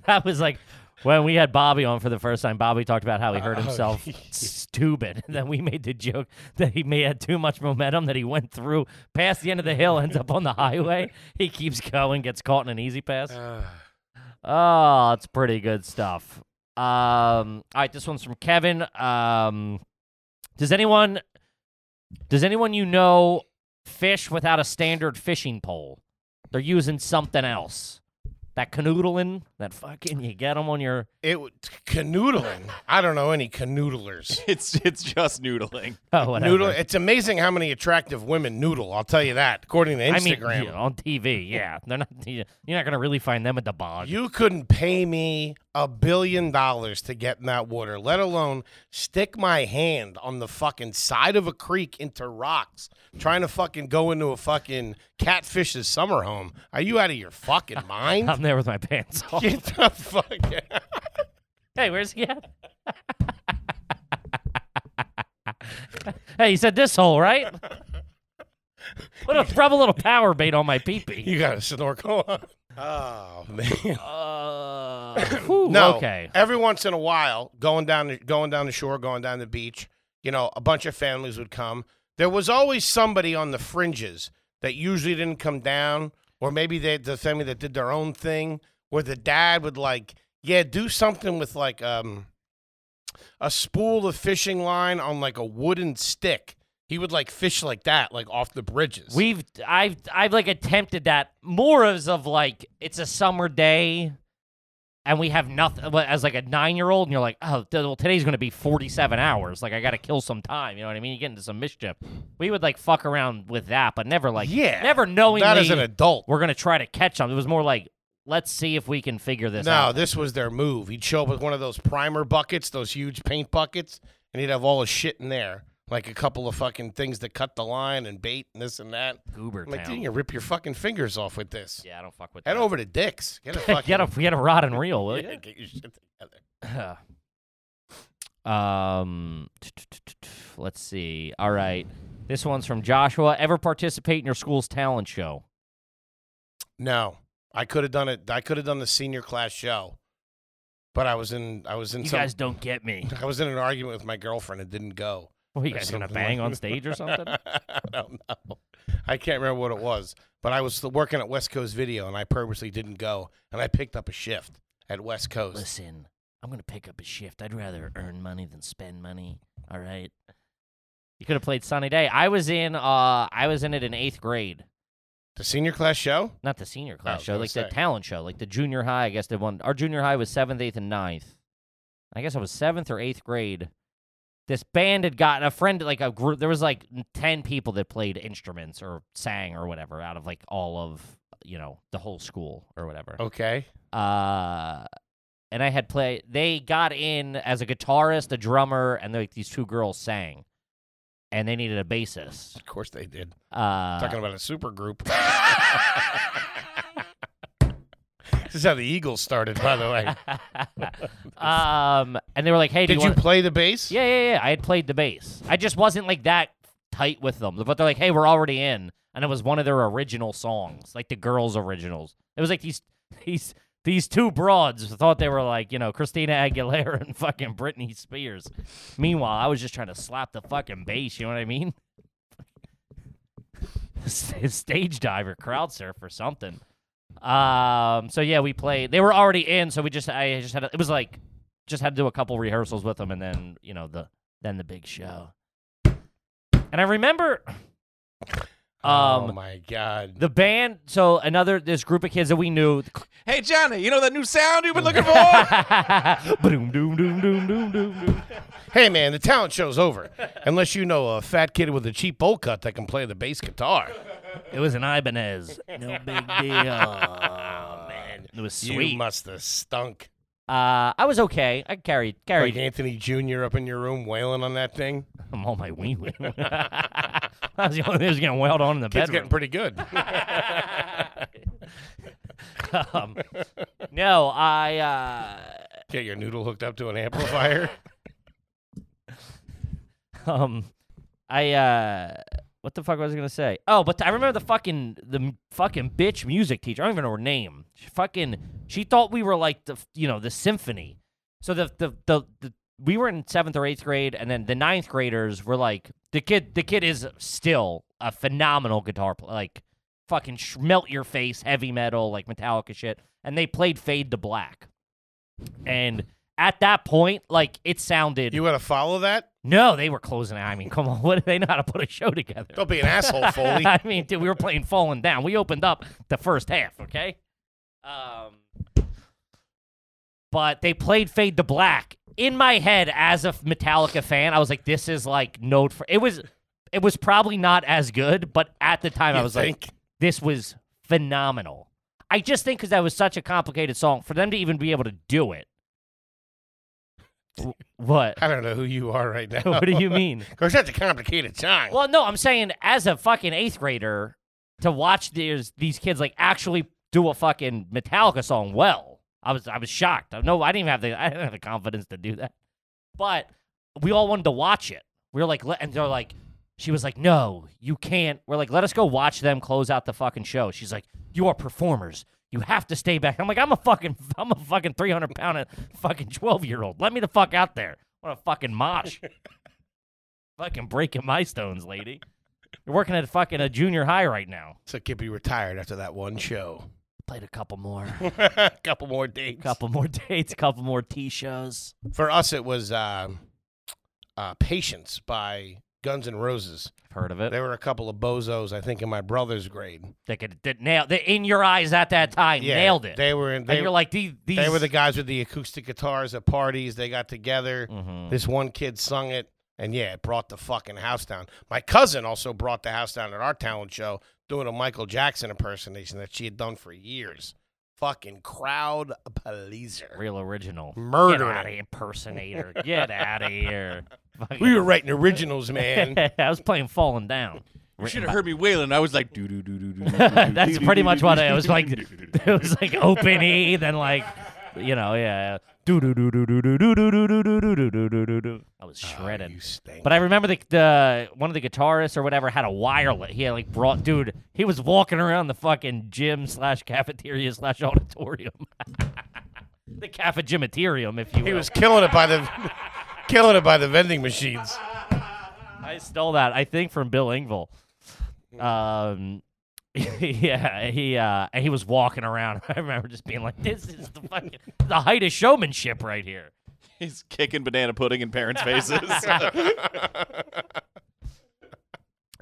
S2: that was like when we had Bobby on for the first time. Bobby talked about how he hurt
S1: Oh,
S2: himself
S1: yeah.
S2: stupid. And then we made the joke that he may have too much momentum that he went through past the end of the hill, ends up on the highway. He keeps going, gets caught in an easy pass.
S1: Ah.
S2: Oh, it's pretty good stuff. Um, all right, this one's from Kevin. Um, does anyone, does anyone you know fish without a standard fishing pole? They're using something else. That canoodling, that fucking, you get them on your.
S1: it w- canoodling. I don't know any canoodlers.
S4: It's it's just noodling.
S2: Oh, whatever.
S1: Noodle. It's amazing how many attractive women noodle. I'll tell you that. According to
S2: I mean,
S1: Instagram,
S2: yeah, on TV, yeah. They're not. You're not gonna really find them at the bog.
S1: you couldn't pay me a billion dollars to get in that water, let alone stick my hand on the fucking side of a creek into rocks, trying to fucking go into a fucking catfish's summer home. Are you out of your fucking mind?
S2: I'm there with my pants off.
S1: Get the fuck out.
S2: Hey, where's he at? hey, you said this hole, right? Put a rub a little power bait on my peepee.
S1: You got a snorkel on. Oh man.
S2: Uh, whew,
S1: No.
S2: Okay.
S1: Every once in a while, going down the, going down the shore, going down the beach, you know, a bunch of families would come. There was always somebody on the fringes that usually didn't come down, or maybe they, the family that did their own thing, where the dad would like, yeah, do something with like um a spool of fishing line on like a wooden stick. He would like fish like that, like off the bridges.
S2: We've I've I've like attempted that more as of like it's a summer day and we have nothing but as like a 9-year-old and you're like, "Oh, th- well today's going to be 47 hours. Like I got to kill some time." You know what I mean? You get into some mischief. We would like fuck around with that, but never like
S1: Yeah,
S2: never knowingly
S1: that as an adult.
S2: we're gonna try to catch them. It was more like, let's see if we can figure this
S1: No,
S2: out.
S1: this was their move. He'd show up with one of those primer buckets, those huge paint buckets, and he'd have all his shit in there, like a couple of fucking things to cut the line and bait and this and that.
S2: Goober
S1: I'm like,
S2: town.
S1: dude, you rip your fucking fingers off with this.
S2: Yeah, I don't fuck with
S1: Head
S2: that.
S1: over to dicks. Get a fucking.
S2: get a get a rod and reel, will
S1: yeah,
S2: you?
S1: get your shit together.
S2: um, let's see. All right, this one's from Joshua. Ever participate in your school's talent show?
S1: No, I could have done it. I could have done the senior class show, but I was in. I was in.
S2: You
S1: Some,
S2: guys don't get me.
S1: I was in an argument with my girlfriend and didn't go.
S2: What, you
S1: Or
S2: guys gonna
S1: something like
S2: bang on
S1: that.
S2: stage or something?
S1: I don't know. I can't remember what it was, but I was still working at West Coast Video, and I purposely didn't go, and I picked up a shift at West Coast.
S2: Listen, I'm gonna pick up a shift. I'd rather earn money than spend money. All right. You could have played Sunny Day. I was in. Uh, I was in it in eighth grade.
S1: The senior class show?
S2: not the senior
S1: Oh, I
S2: class
S1: was
S2: show,
S1: gonna
S2: like
S1: say.
S2: the talent show, like the junior high. I guess the one our junior high was seventh, eighth, and ninth. I guess I was seventh or eighth grade. This band had gotten a friend, like a group. There was like n- ten people that played instruments or sang or whatever out of like all of you know the whole school or whatever.
S1: Okay.
S2: Uh, and I had play. They got in as a guitarist, a drummer, and like these two girls sang, and they needed a bassist.
S1: Of course they did.
S2: Uh,
S1: Talking about a super group. this is how the Eagles started, by the way.
S2: um, and they were like, "Hey, do
S1: Did
S2: you
S1: you
S2: want?"
S1: play the bass?
S2: yeah, yeah, yeah. I had played the bass. I just wasn't like that tight with them. But they're like, "Hey, we're already in," and it was one of their original songs, like the girls' originals. It was like these these these two broads thought they were like you know Christina Aguilera and fucking Britney Spears. Meanwhile, I was just trying to slap the fucking bass. You know what I mean? St- stage diver, crowd surf, or something. Um. So yeah, we played. They were already in, so we just I just had a, it was like just had to do a couple rehearsals with them, and then you know the than the big show. And I remember
S1: oh
S2: Um,
S1: my god.
S2: the band, so another this group of kids that we knew.
S4: Hey, Johnny, you know that new sound you've been looking for?
S2: Boom, doom, doom, doom, doom, doom, doom.
S1: hey man, the talent show's over unless you know a fat kid with a cheap bowl cut that can play the bass guitar.
S2: It was an Ibanez. No big deal. man. It was
S1: You
S2: Oh, sweet.
S1: must have stunk.
S2: Uh, I was okay. I carried carried
S1: Like Anthony Jr. up in your room wailing on that thing.
S2: I'm on my wee wee. I was the only thing that was getting wailed on in the
S1: Kid's
S2: bedroom.
S1: getting pretty good.
S2: um, no, I. Uh,
S1: Get your noodle hooked up to an amplifier.
S2: um i uh what the fuck was i gonna say oh but i remember the fucking the m- fucking bitch music teacher i don't even know her name she fucking she thought we were like the f- you know the symphony so the the the, the we were in seventh or eighth grade, and then the ninth graders were like, the kid, the kid is still a phenomenal guitar player, like fucking sh- melt your face, heavy metal, like Metallica shit. And they played Fade to Black, and at that point, like it sounded.
S1: you want to follow that?
S2: No, they were closing. out. I mean, come on, what do they know how to put a show together?
S1: Don't be an asshole, Foley.
S2: I mean, dude, we were playing Falling Down. We opened up the first half, okay? Um, but they played Fade to Black. In my head, as a Metallica fan, I was like, "This is like note for it was." It was probably not as good, but at the time, I
S1: You
S2: was like,
S1: think?
S2: this was phenomenal. I just think because that was such a complicated song for them to even be able to do it. W- what?
S1: I don't know who you are right now.
S2: what do you mean?
S1: Because that's a complicated song.
S2: Well, no, I'm saying as a fucking eighth grader to watch these these kids like actually do a fucking Metallica song well. I was I was shocked. I- No, I didn't even have the I didn't have the confidence to do that. But we all wanted to watch it. We were like, let- and they're like, she was like, no, you can't. We're like, let us go watch them close out the fucking show. She's like, you are performers. You have to stay back. I'm like, I'm a fucking, I'm a fucking 300 pound fucking 12 year old. Let me the fuck out there. What a fucking mosh. fucking breaking my stones, lady. You're working at fucking a junior high right now.
S1: So Kippy retired after that one show.
S2: Played a couple more,
S1: couple more dates.
S2: couple more dates, couple more T shows.
S1: For us, it was um uh, Patience by Guns N' Roses.
S2: I've heard of it.
S1: There were a couple of bozos, I think, in my brother's grade.
S2: They could did nail they, in your eyes at that time. nailed it.
S1: They were in.
S2: and
S1: They,
S2: you're like these. these
S1: they were the guys with the acoustic guitars at parties. They got together.
S2: Mhm.
S1: This one kid sung it, and yeah, it brought the fucking house down. My cousin also brought the house down at our talent show doing a Michael Jackson impersonation that she had done for years. Fucking crowd pleaser.
S2: real original. Get
S1: Murder.
S2: out of here, impersonator. Get out of here. Fucking-
S1: We were writing originals, man.
S2: I was playing Falling Down.
S4: You should have heard me wailing. I was like, doo doo doo doo doo.
S2: That's pretty much what I was like. It was like open E, then like, you know, yeah. Do do do do do do do do do do do do do do do do do. I was shredded.
S1: Ah, You stink.
S2: But I remember the, the one of the guitarists or whatever had a wireless. He had like brought dude. He was walking around the fucking gym slash cafeteria slash auditorium. the cafegimaterium, if you will.
S1: he was killing it by the killing it by the vending machines.
S2: I stole that, I think, from Bill Engvall. Um, yeah, he uh, and he was walking around. I remember just being like, "This is the fucking the height of showmanship right here."
S4: He's kicking banana pudding in parents' faces.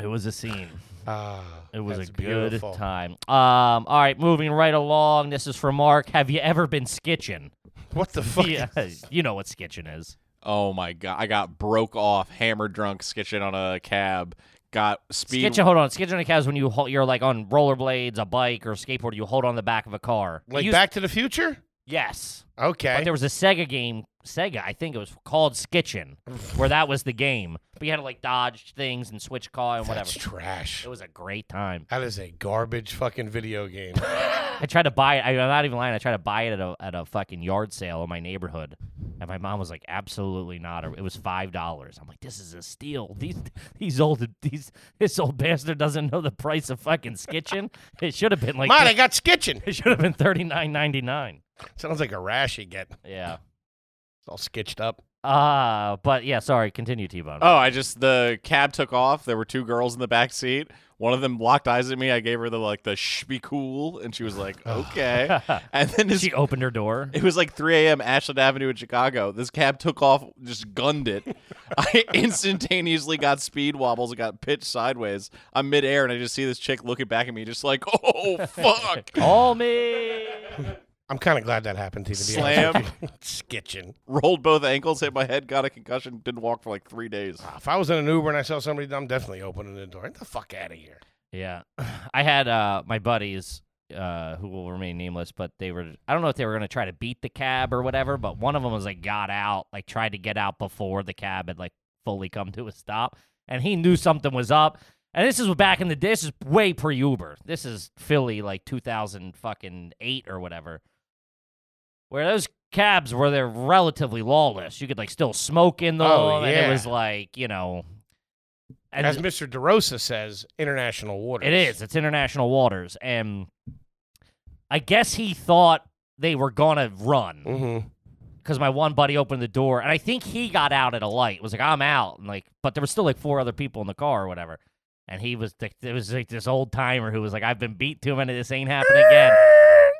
S2: It was a scene.
S1: Ah,
S2: It was
S1: that's
S2: a
S1: beautiful.
S2: good time. Um, all right, moving right along. This is from Mark. Have you ever been skitching?
S1: What the fuck?
S2: Yeah, you know what skitching is.
S4: oh my god! I got broke off, hammer drunk, skitching on a cab. Got speed.
S2: Skitching. Hold on. Skitching on a cab is when you hol- you're like on rollerblades, a bike, or a skateboard. You hold on the back of a car.
S1: Like
S2: You-
S1: Back to the Future?
S2: Yes. But
S1: Okay.
S2: there was a Sega game, Sega, I think it was called Skitchin, where that was the game. But you had to like dodge things and switch car and whatever.
S1: That's trash.
S2: It was a great time.
S1: That is a garbage fucking video game.
S2: I tried to buy it. I, am not even lying. I tried to buy it at a at a fucking yard sale in my neighborhood, and my mom was like, "Absolutely not." Or It was five dollars. I'm like, "This is a steal." These these old these this old bastard doesn't know the price of fucking Skitchin. It should have been like
S1: Mine, I got skitching.
S2: it should have been thirty nine ninety nine.
S1: Sounds like a rash you get.
S2: Yeah.
S1: It's all sketched up.
S2: Uh but yeah. Sorry. Continue, T
S1: Uh,
S2: Bone.
S4: Oh, I just the cab took off. There were two girls in the back seat. One of them locked eyes at me. I gave her the like the shh be cool, and she was like,
S1: Oh.
S4: okay. and then this,
S2: she opened her door.
S4: it was like 3 a.m. Ashland Avenue in Chicago. This cab took off, just gunned it. I instantaneously got speed wobbles and got pitched sideways. I'm midair and I just see this chick looking back at me, just like, oh, fuck.
S2: Call me.
S1: I'm kind of glad that happened to you. To be
S4: Slam.
S1: honest with you. Skitching.
S4: Rolled both ankles, hit my head, got a concussion, didn't walk for like three days.
S1: If I was in an Uber and I saw somebody, I'm definitely opening the door. Get the fuck out of here.
S2: Yeah. I had uh, my buddies uh, who will remain nameless, but they were, I don't know if they were going to try to beat the cab or whatever, but one of them was like, got out, like tried to get out before the cab had like fully come to a stop. And he knew something was up. And this is back in the day. This is way pre Uber. This is Philly, like 2000 fucking eight or whatever. Where those cabs were, they're relatively lawless. You could like still smoke in them.
S1: Oh,
S2: And
S1: yeah.
S2: it was like, you know. And
S1: As Mr. DeRosa says, international waters.
S2: it is. It's international waters, and I guess he thought they were gonna run
S1: Mm-hmm.
S2: because my one buddy opened the door, and I think he got out at a light. Was like, I'm out, and like, but there were still like four other people in the car or whatever. And he was, th- it was like this old timer who was like, I've been beat too many. This ain't happening again.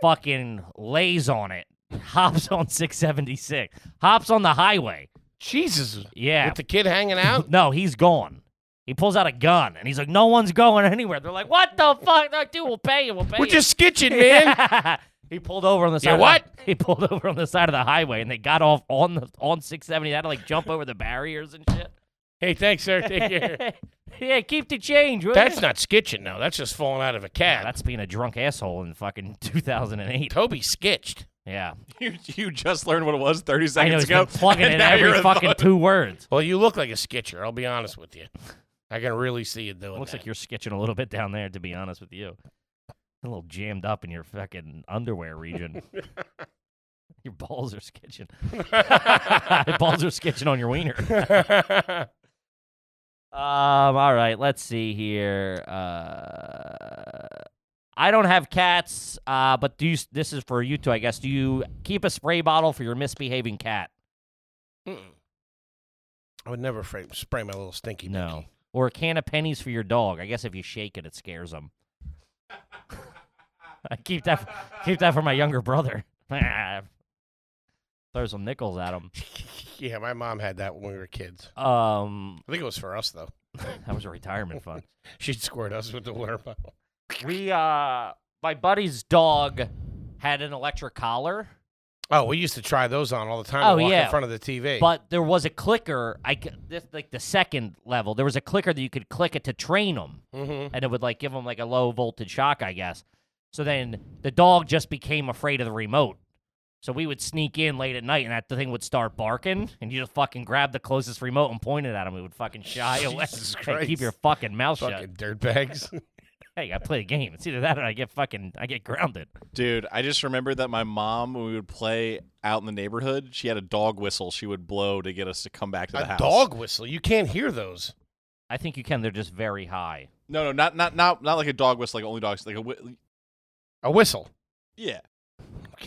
S2: Fucking lays on it, hops on 676, hops on the highway.
S1: Jesus.
S2: Yeah,
S1: With the kid hanging out?
S2: no, he's gone. He pulls out a gun and he's like, "No one's going anywhere." They're like, "What the fuck, They're like, dude? We'll pay you. We'll pay
S1: We're
S2: you."
S1: just skitching, man.
S2: he pulled over on the side.
S1: Yeah,
S2: of
S1: what?
S2: The, he pulled over on the side of the highway, and they got off on the on six seventy. They had to like jump over the barriers and shit.
S1: hey, thanks, sir. Take care.
S2: yeah, keep the change. will
S1: That's
S2: ya?
S1: not skitching, though. That's just falling out of a cab.
S2: that's being a drunk asshole in fucking two thousand and eight.
S1: Toby skitched.
S2: Yeah,
S4: You, you just learned what it was 30
S2: I know
S4: seconds
S2: he's
S4: ago.
S2: been plugging
S4: and
S2: in
S4: now you're
S2: every
S4: a
S2: fucking
S4: thug.
S2: two words.
S1: Well, you look like a skitcher. I'll be honest with you. I can really see you doing
S2: Looks
S1: that.
S2: like you're sketching a little bit down there, to be honest with you. A little jammed up in your fucking underwear region. your balls are sketching. your balls are sketching on your wiener. Um, all right, let's see here. Uh, I don't have cats, uh, but do you, this is for you two, I guess. Do you keep a spray bottle for your misbehaving cat?
S1: Mm-mm. I would never spray, spray my little stinky.
S2: No. Or a can of pennies for your dog. I guess if you shake it, it scares him. I keep that, keep that for my younger brother. Throw some nickels at him.
S1: dick. yeah, my mom had that when we were kids.
S2: Um,
S1: I think it was for us though.
S2: that was a retirement fund.
S1: She'd squirt us with the water bottle.
S2: We, uh, my buddy's dog had an electric collar.
S1: Oh, we used to try those on all the time.
S2: Oh,
S1: to walk
S2: yeah.
S1: in front of the TV.
S2: But there was a clicker. I c- this, like the second level. There was a clicker that you could click it to train them,
S1: hmm
S2: and it would like give them like a low voltage shock, I guess. So then the dog just became afraid of the remote. So we would sneak in late at night, and that the thing would start barking, and you just fucking grab the closest remote and point it at him. We would fucking shy away.
S1: Jesus
S2: Hey, keep
S1: Christ.
S2: your fucking mouth shut.
S1: fucking dirtbags.
S2: Hey, I play the game. It's either that or I get fucking I get grounded.
S4: Dude, I just remember that my mom, when we would play out in the neighborhood, she had a dog whistle she would blow to get us to come back to the
S1: a
S4: house.
S1: dog whistle. You can't hear those.
S2: I think you can. They're just very high.
S4: No, no, not not not not like a dog whistle, like only dogs, like a whi-
S1: A whistle.
S4: yeah,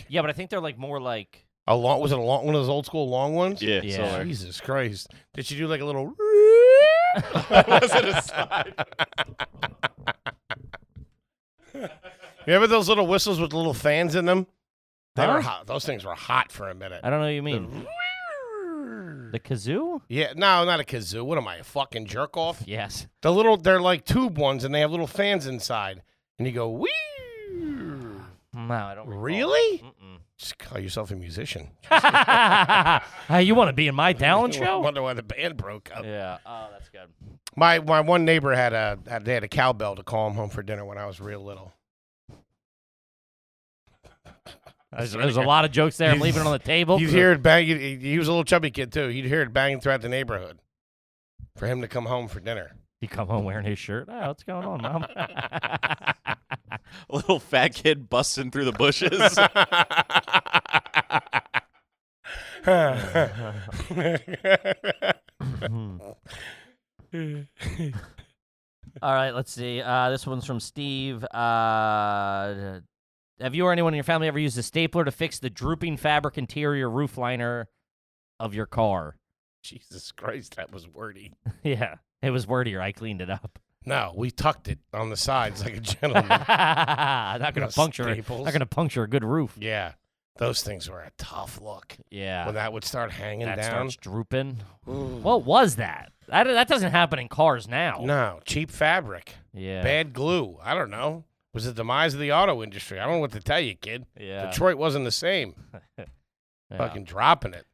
S2: Yeah, but I think they're like more like
S1: A long was it a long one of those old school long ones?
S4: yeah.
S2: Yeah.
S4: sorry.
S1: Jesus Christ! Did she do like a little?
S4: was it a
S1: Remember those little whistles with little fans in them? They
S2: Huh?
S1: were hot. Those things were hot for a minute.
S2: I don't know what you mean. The kazoo?
S1: Yeah, no, not a kazoo. What am I, a fucking jerk off?
S2: Yes.
S1: The little, they're like tube ones, and they have little fans inside, and you go wee.
S2: No, I don't. recall.
S1: Really?
S2: Mm-mm.
S1: Just call yourself a musician.
S2: Hey, you want to be in my talent show?
S1: Wonder why the band broke up.
S2: yeah. Oh, that's good.
S1: My my one neighbor had a had, they had a cowbell to call him home for dinner when I was real little.
S2: There's, there's a lot of jokes there. I'm leaving it on the table.
S1: You'd hear it banging. He he was a little chubby kid too. You'd hear it banging throughout the neighborhood for him to come home for dinner.
S2: He come home wearing his shirt. Oh, what's going on, mom?
S4: A little fat kid busting through the bushes.
S2: All right, let's see. Uh, this one's from Steve. Uh, have you or anyone in your family ever used a stapler to fix the drooping fabric interior roof liner of your car?
S1: Jesus Christ, that was wordy.
S2: yeah, it was wordier. I cleaned it up.
S1: No, we tucked it on the sides like a gentleman.
S2: not gonna
S1: Oh, Those
S2: puncture. it.
S1: staples.
S2: Not gonna puncture a good roof.
S1: yeah. Those things were a tough look.
S2: Yeah.
S1: When that would start hanging
S2: that
S1: down.
S2: starts drooping. What was that? that? That doesn't happen in cars now.
S1: No, cheap fabric,
S2: Yeah.
S1: bad glue. I don't know. It was the demise of the auto industry. I don't know what to tell you, kid.
S2: yeah.
S1: Detroit wasn't the same.
S2: yeah.
S1: Fucking dropping it.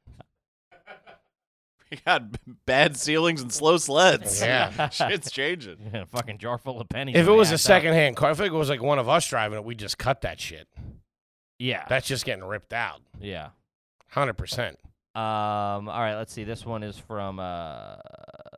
S4: We got b- bad ceilings and slow sleds.
S1: Yeah.
S4: Shit's changing.
S2: Yeah, fucking jar full of pennies.
S1: If it
S2: on the
S1: was a
S2: ass out.
S1: secondhand car, if it was like one of us driving it, we just cut that shit.
S2: Yeah.
S1: That's just getting ripped out.
S2: yeah.
S1: 100%.
S2: Um. All right. Let's see. This one is from. Uh,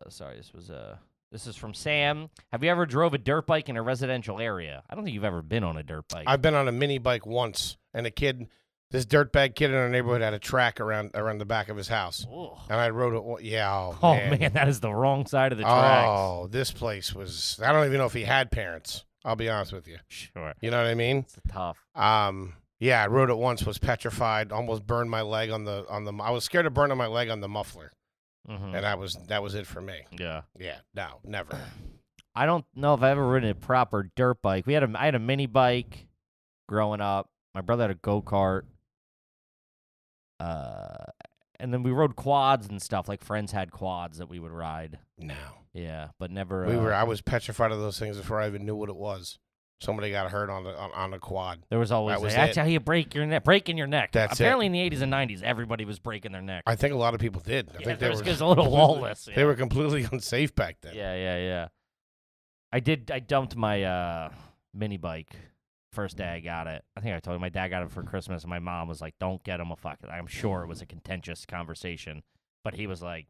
S2: sorry. This was Uh, this is from Sam. Have you ever drove a dirt bike in a residential area? I don't think you've ever been on a dirt bike.
S1: I've been on a mini bike once, and a kid, this dirtbag kid in our neighborhood, had a track around around the back of his house,
S2: Ugh.
S1: and I rode it. wa- Yeah, oh,
S2: Oh
S1: man.
S2: man. that is the wrong side of the tracks.
S1: oh, this place was. I don't even know if he had parents. I'll be honest with you.
S2: Sure.
S1: You know what I mean?
S2: It's tough.
S1: Um, yeah, I rode it once. Was petrified. Almost burned my leg on the on the. I was scared of burning my leg on the muffler,
S2: hmm
S1: and that was that was it for me.
S2: Yeah.
S1: Yeah, no, never.
S2: I don't know if I've ever ridden a proper dirt bike. We had a I had a mini bike growing up. My brother had a go kart. Uh, and then we rode quads and stuff. Like friends had quads that we would ride.
S1: No,
S2: Yeah, but never.
S1: we
S2: uh,
S1: were. I was petrified of those things before I even knew what it was. Somebody got hurt on the on, on the quad.
S2: There was always
S1: That was
S2: that's
S1: it.
S2: how you break your neck, breaking your neck.
S1: That's it.
S2: apparently in the eighties and nineties, everybody was breaking their neck.
S1: I think a lot of people did. I think
S2: yeah, there
S1: they
S2: was
S1: were
S2: just a little lawless.
S1: They
S2: yeah.
S1: were completely unsafe back then.
S2: Yeah, yeah, yeah. I did. I dumped my uh, mini bike first day I got it. I think I told you my dad got it for Christmas, and my mom was like, "Don't get him a fucking." I'm sure it was a contentious conversation, but he was like,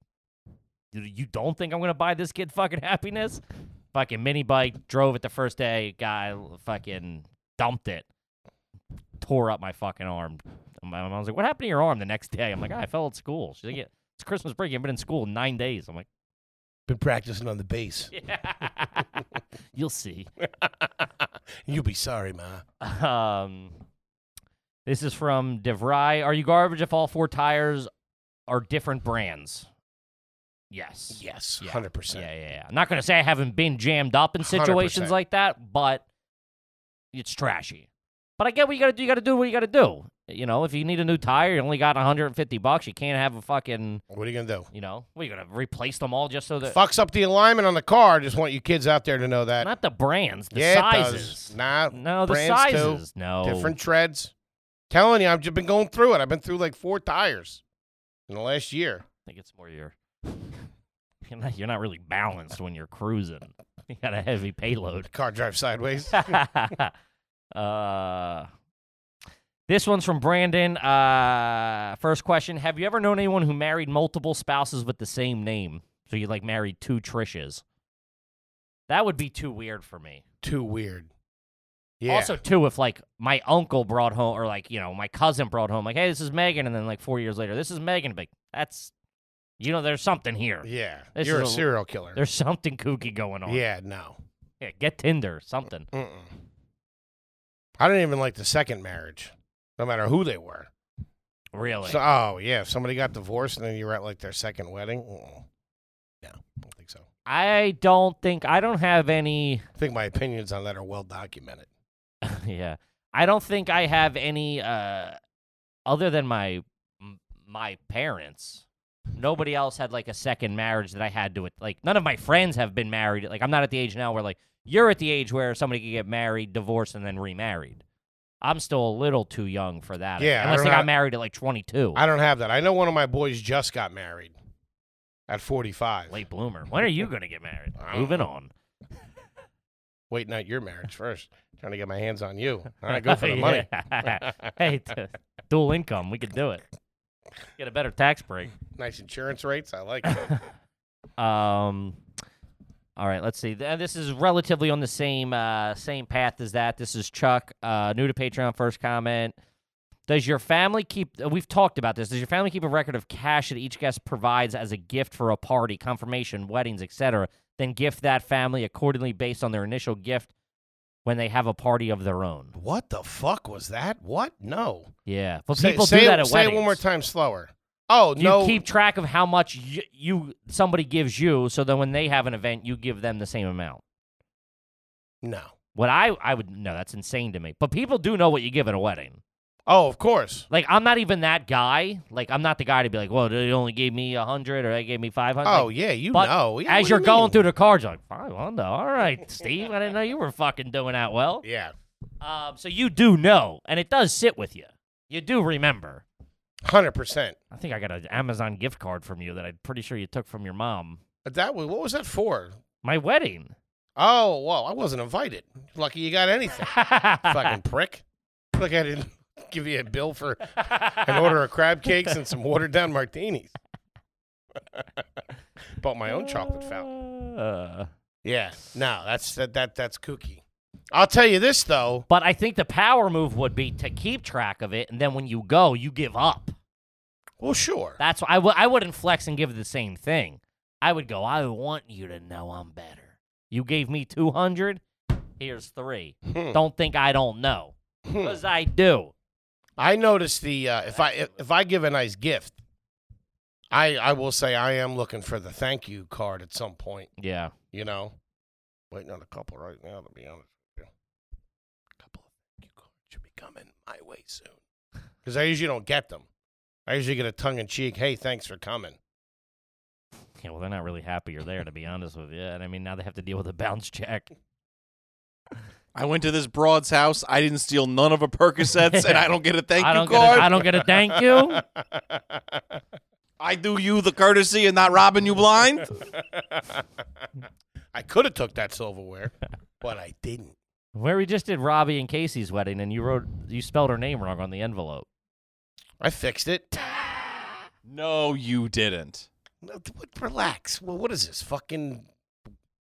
S2: "You- "You don't think I'm gonna buy this kid fucking happiness?" Fucking mini bike. Drove it the first day. Guy fucking dumped it. Tore up my fucking arm. And My mom's like, "What happened to your arm?" The next day, I'm like, "Ah, "I fell at school." She's like, yeah, "It's Christmas break. I've been in school nine days." I'm like.
S1: Been practicing on the bass.
S2: You'll see.
S1: You'll be sorry, ma.
S2: Um, this is from DeVry. Are you garbage if all four tires are different brands? Yes.
S1: Yes,
S2: Yeah.
S1: hundred
S2: Yeah,
S1: percent.
S2: yeah, yeah. I'm not going to say I haven't been jammed up in situations
S1: 100%.
S2: like that, but it's trashy. But I get what you got to do. You got to do what you got to do. You know, if you need a new tire, you only got 150 bucks. You can't have a fucking,
S1: What are you gonna do?
S2: you know, what, you going to replace them all just so that.
S1: Fucks up the alignment on the car. Just want you kids out there to know that.
S2: Not the brands, the
S1: yeah,
S2: sizes.
S1: it does. Nah,
S2: No, the
S1: brands too.
S2: sizes. No.
S1: different treads. Telling you, I've just been going through it. I've been through like four tires in the last year.
S2: I think it's more your. You're not, you're not really balanced when you're cruising. You got a heavy payload.
S1: Car drives sideways.
S2: uh, this one's from Brandon. Uh, first question Have you ever known anyone who married multiple spouses with the same name? So you like married two Trishes? That would be too weird for me.
S1: Too weird. Yeah.
S2: Also, too, if like my uncle brought home, or like you know, my cousin brought home, like, hey, this is Megan, and then like four years later, this is Megan. Like, that's, you know, there's something here.
S1: yeah.
S2: This
S1: You're a
S2: is a-
S1: serial killer.
S2: There's something kooky going on.
S1: Yeah. No.
S2: Yeah, get Tinder, something.
S1: Mm-mm. I didn't even like the second marriage, no matter who they were.
S2: Really?
S1: So, oh yeah, if somebody got divorced and then you were at like their second wedding, mm-mm. no, I don't think so.
S2: I don't think I don't have any.
S1: I think my opinions on that are well documented.
S2: yeah, I don't think I have any. Uh, other than my m- my parents, nobody else had like a second marriage that I had to it. Like none of my friends have been married. Like I'm not at the age now where like you're at the age where somebody could get married, divorced, and then remarried. I'm still a little too young for that.
S1: Yeah, I
S2: unless
S1: don't
S2: they
S1: have-
S2: got married at like 22.
S1: I don't have that. I know one of my boys just got married at 45.
S2: Late bloomer. When are you gonna get married?
S1: I don't
S2: Moving on.
S1: Waiting out your marriage first. Trying to get my hands on you. All right, go for the money.
S2: Yeah. hey, t- dual income, we could do it. Get a better tax break.
S1: Nice insurance rates. I like it.
S2: Um, all right, let's see. Th- This is relatively on the same uh, same path as that. This is Chuck, uh, new to Patreon. First comment: Does your family keep? uh, We've talked about this. Does your family keep a record of cash that each guest provides as a gift for a party, confirmation, weddings, etc.? Then gift that family accordingly based on their initial gift when they have a party of their own.
S1: what the fuck was that? What? No.
S2: Yeah, but
S1: Say-
S2: people
S1: say,
S2: do
S1: it-
S2: that at
S1: say
S2: weddings.
S1: it one more time slower. Oh,
S2: Do
S1: no.
S2: you keep track of how much you, you somebody gives you, so then when they have an event, you give them the same amount.
S1: no.
S2: What I I would no, that's insane to me. But people do know what you give at a wedding.
S1: Oh, of course.
S2: Like I'm not even that guy. Like I'm not the guy to be like, well, they only gave me a hundred or they gave me five hundred.
S1: Oh, yeah, you
S2: but
S1: know. Yeah, what
S2: as
S1: do
S2: you're
S1: you
S2: going
S1: mean?
S2: through the cards, you're like five hundred. All right, Steve, I didn't know you were fucking doing that well.
S1: Yeah.
S2: Um, so you do know, and it does sit with you. You do remember.
S1: 100%.
S2: I think I got an Amazon gift card from you that I'm pretty sure you took from your mom.
S1: But That was, what was that for?
S2: My wedding.
S1: Oh, whoa, I wasn't invited. Lucky you got anything, fucking prick. Look, I didn't give you a bill for an order of crab cakes and some watered down martinis. Bought my own chocolate fountain.
S2: Uh,
S1: Yeah, no, that's that, that that's kooky. I'll tell you this though.
S2: but I think the power move would be to keep track of it, and then when you go, you give up.
S1: Well, sure.
S2: That's why I w- I wouldn't flex and give the same thing. I would go, I want you to know I'm better. You gave me 200, here's three.
S1: Hmm.
S2: Don't think I don't know,
S1: Hmm.
S2: because I do.
S1: I noticed the uh, if I if, if I give a nice gift, I I will say I am looking for the thank you card at some point.
S2: Yeah.
S1: You know, waiting on a couple right now. To be honest with you, couple of thank you cards should be coming my way soon. Because I usually don't get them. I usually get a tongue in cheek, "Hey, thanks for coming."
S2: Yeah, well, they're not really happy you're there, to be honest with you. And I mean, now they have to deal with a bounce check.
S4: I went to this broad's house. I didn't steal none of her Percocets, and I don't get a thank
S2: I
S4: you
S2: don't
S4: card.
S2: Get a, I don't get a thank you.
S4: I do you the courtesy and not robbing you blind.
S1: I could have took that silverware, but I didn't.
S2: Where we just did Robbie and Casey's wedding, and you wrote you spelled her name wrong on the envelope.
S1: I fixed it.
S4: no, you didn't.
S1: No, th- what- Relax. Well, what is this fucking?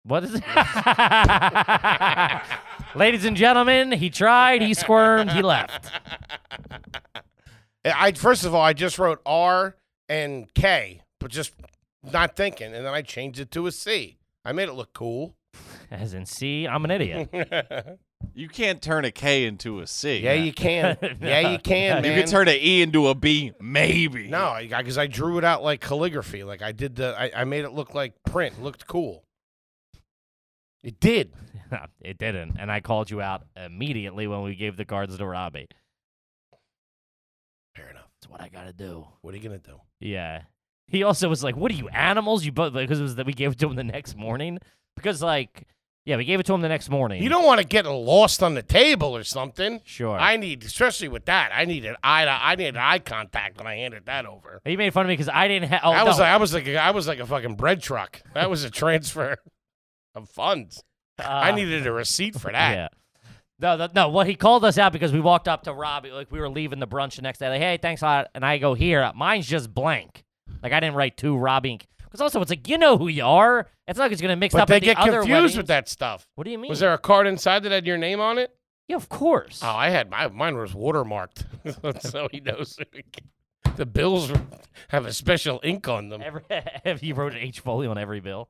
S2: What is it? Ladies and gentlemen, he tried, he squirmed, he left.
S1: I I- first of all, I just wrote R and K, but just not thinking, and then I changed it to a C. I made it look cool.
S2: As in, see, I'm an idiot.
S1: yeah,
S4: You can't turn a K into a C.
S1: you can. Yeah, you
S2: You
S1: can,
S4: You
S1: man.
S4: can turn an E into a B, maybe.
S1: No, because I, drew it out like calligraphy. Like I did the, I, I made it look like print. Looked cool. It did.
S2: it didn't, and I called you out immediately when we gave the cards to Robbie.
S1: Fair enough.
S2: That's what I gotta do.
S1: What are you gonna do?
S2: Yeah. He also was like, "What are you animals? You both because it was that we gave it to him the next morning because like yeah, we gave it to him the next morning.
S1: You don't want to get lost on the table or something.
S2: sure.
S1: I need, especially with that, I needed eye to, I needed eye contact when I handed that over.
S2: he made fun of me because I didn't have. Oh,
S1: I was
S2: no.
S1: like, I was like, I was like a fucking bread truck. That was a transfer of funds. I
S2: Uh,
S1: needed a receipt for that.
S2: Yeah. No, th- no. What he called us out because we walked up to Robbie, like we were leaving the brunch the next day. Like, hey, thanks a lot. And I go here. Mine's just blank. Like I didn't write to Robbie. Because also, it's like you know who you are. It's not like it's gonna mix
S1: But
S2: up.
S1: they
S2: with the
S1: get
S2: other
S1: confused with
S2: weddings.
S1: that stuff.
S2: What do you mean?
S1: Was there a card inside that had your name on it?
S2: yeah, of course.
S1: Oh, I had my mine was watermarked, so he knows. the bills have a special ink on them. It
S2: Every, he wrote an H folio on every bill.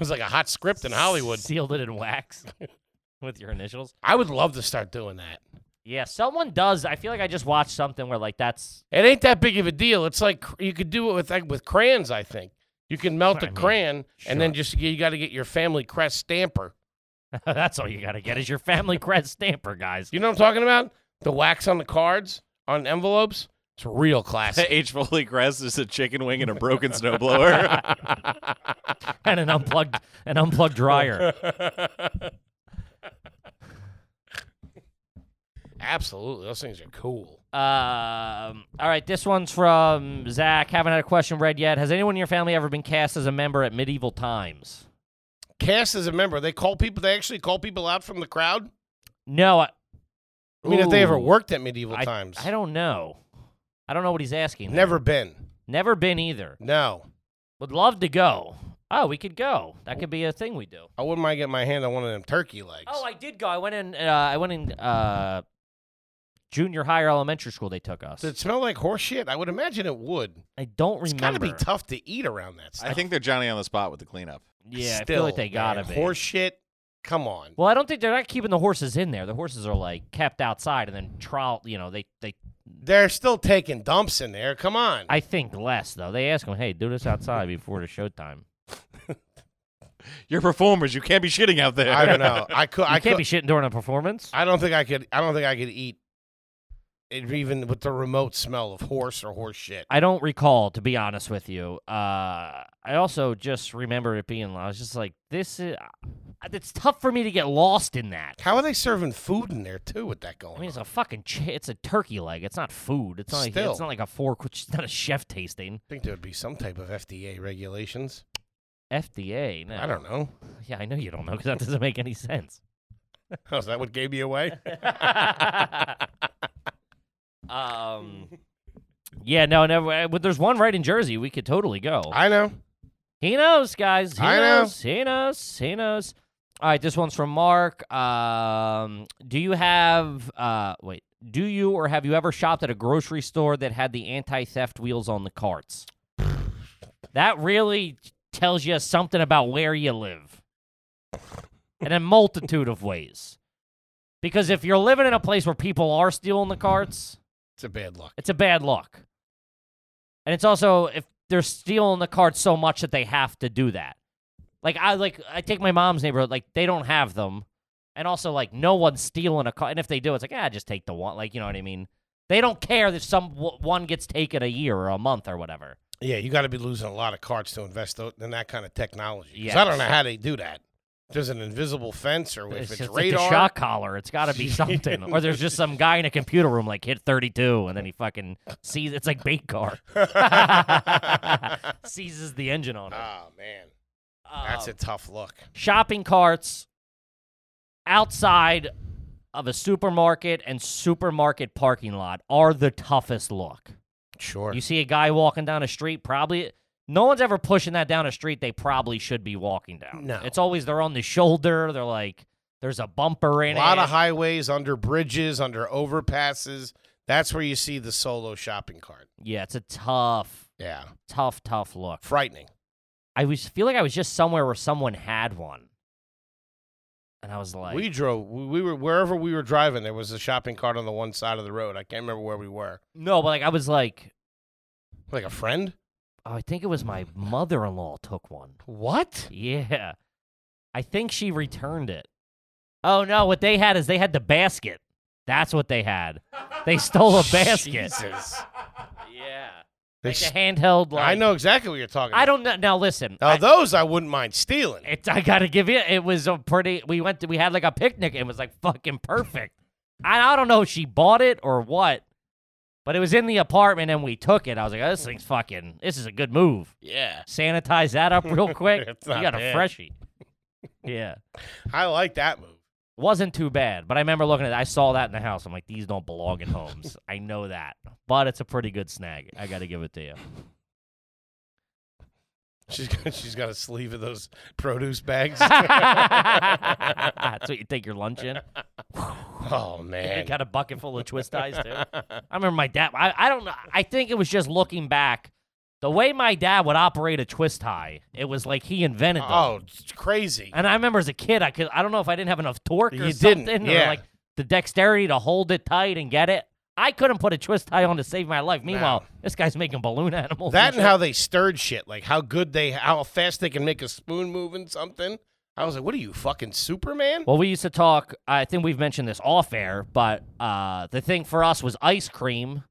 S1: was like a hot script in Hollywood.
S2: Sealed it in wax with your initials.
S1: I would love to start doing that.
S2: Yeah, someone does. I feel like I just watched something where like that's
S1: It ain't that big of a deal. It's like cr- you could do it with like, with crayons. I think you can melt
S2: what
S1: a
S2: I mean.
S1: crayon
S2: Sure.
S1: and then just you got to get your family crest stamper.
S2: that's all you gotta get is your family crest stamper, guys.
S1: You know what I'm talking about? The wax on the cards on envelopes. It's real classic.
S4: H. Foley Crest is a chicken wing and a broken snowblower.
S2: and an unplugged an unplugged dryer.
S1: Absolutely, those things are cool.
S2: Um, all right, this one's from Zach. Haven't had a question read yet. Has anyone in your family ever been cast as a member at medieval times?
S1: Cast as a member, they call people. They actually call people out from the crowd.
S2: No, I,
S1: I mean, if they ever
S2: Ooh.
S1: worked at medieval
S2: I,
S1: times,
S2: I don't know. I don't know what he's asking. there.
S1: never been.
S2: never been either.
S1: No,
S2: Would love to go. Oh, we could go. That could be a thing we do.
S1: I wouldn't mind getting my hand on one of them turkey legs.
S2: Oh, I did go. I went in. Uh, I went in uh, junior high or elementary school. They took us.
S1: Does it smell like horse shit? I would imagine it would.
S2: I don't
S1: It's gotta
S2: remember.
S1: be tough to eat around that stuff.
S4: I think they're Johnny on the spot with the cleanup.
S2: yeah, I feel like
S1: Still,
S2: they gotta
S1: man,
S2: be.
S1: Horse shit. Come on.
S2: well, I don't think they're not keeping the horses in there. The horses are like kept outside and then trial. You know, they they.
S1: They're still taking dumps in there. Come on.
S2: I think less though. They ask them, "Hey, do this outside before the showtime."
S4: You're performers. You can't be shitting out there.
S1: I don't know. I could.
S2: You
S1: I
S2: can't
S1: could.
S2: be shitting during a performance.
S1: I don't think I could. I don't think I could eat it even with the remote smell of horse or horse shit.
S2: I don't recall, to be honest with you. Uh, I also just remember it being. I was just like, this is. uh, It's tough for me to get lost in that.
S1: How are they serving food in there too with that going?
S2: I mean, it's a fucking. Ch- it's a turkey leg. It's not food. It's not. Like,
S1: Still.
S2: it's not like a fork. Which it's not a chef tasting.
S1: I think there would be some type of FDA regulations.
S2: FDA. No.
S1: I don't know.
S2: Yeah, I know you don't know because that doesn't make any sense.
S1: Oh, is that what gave me away?
S2: um. Yeah, no, no. But there's one right in Jersey. We could totally go.
S1: I know.
S2: He knows, guys. He
S1: I know.
S2: knows. He knows. He knows. All right, this one's from Mark. Um, do you have uh wait, do you or have you ever shopped at a grocery store that had the anti-theft wheels on the carts? That really tells you something about where you live. In a multitude of ways. Because if you're living in a place where people are stealing the carts,
S1: It's a bad luck.
S2: it's a bad luck. And it's also if they're stealing the card so much that they have to do that. Like I like I take my mom's neighborhood, like they don't have them. And also like no one's stealing a card. And if they do, it's like, ah, just take the one. Like, you know what I mean? They don't care if some w- one gets taken a year or a month or whatever.
S1: Yeah, you got to be losing a lot of cards to invest tho- in that kind of technology. 'Cause I don't know
S2: Yes.
S1: how they do that. If there's an invisible fence or if it's,
S2: just
S1: radar.
S2: like the shock collar. It's got to be something. or there's just some guy in a computer room like hit 32 and then he fucking sees it's like bait car. Seizes the engine on it.
S1: oh, man. Ah, That's
S2: Um,
S1: a tough look.
S2: shopping carts outside of a supermarket and supermarket parking lot are the toughest look.
S1: Sure.
S2: You see a guy walking down a street, probably no one's ever pushing that down a street they probably should be walking down.
S1: No.
S2: It's always they're on the shoulder, they're like there's a bumper
S1: a
S2: in
S1: lot
S2: it.
S1: of highways, under bridges, under overpasses. That's where you see the solo shopping cart.
S2: yeah, it's a tough,
S1: Yeah.
S2: tough, tough look.
S1: Frightening.
S2: I was feel like I was just somewhere where someone had one. And I was like
S1: we drove. We, we were wherever we were driving. There was a shopping cart on the one side of the road. I can't remember where we were.
S2: No, but like I was like
S1: Like a friend.
S2: oh, I think it was my mother-in-law took one.
S1: What?
S2: Yeah. I think she returned it. Oh no, what they had is they had the basket. That's what they had. They stole Oh, a basket.
S1: Jesus.
S2: Yeah.
S1: They
S2: Like the
S1: s-
S2: handheld like
S1: I know exactly what you're talking.
S2: I
S1: about.
S2: don't know now listen.
S1: Now
S2: I, Eh.
S1: those I wouldn't mind stealing.
S2: it, I gotta give you it was a pretty we went to we had like a picnic and it was like fucking perfect. I I don't know if she bought it or what, but it was in the apartment and we took it. I was like, oh, this thing's fucking this is a good move.
S1: Yeah,
S2: Sanitize that up real quick.
S1: It's
S2: you
S1: not
S2: got a
S1: bad.
S2: freshie. Yeah.
S1: I like that move.
S2: wasn't too bad, but I remember looking at it. I saw that in the house. I'm like, these don't belong in homes. I know that. But it's a pretty good snag. I got to give it to you.
S1: She's got, she's got a sleeve of those produce bags.
S2: That's what you take your lunch in.
S1: oh
S2: You
S1: man,
S2: got a bucket full of twist ties, too. I remember my dad. I, I don't know. I think it was just looking back. The way my dad would operate a twist tie, it was like he invented them.
S1: oh it's crazy.
S2: And I remember as a kid, I could I don't know if I didn't have enough torque or
S1: You
S2: something,
S1: didn't,
S2: or
S1: yeah.
S2: like the dexterity to hold it tight and get it. I couldn't put a twist tie on to save my life. Meanwhile, this guy's making balloon animals.
S1: That and
S2: and
S1: how they stirred shit, like how good they, how fast they can make a spoon move in something. I was like, what are you fucking Superman?
S2: Well, we used to talk. I think we've mentioned this off air, but uh, the thing for us was ice cream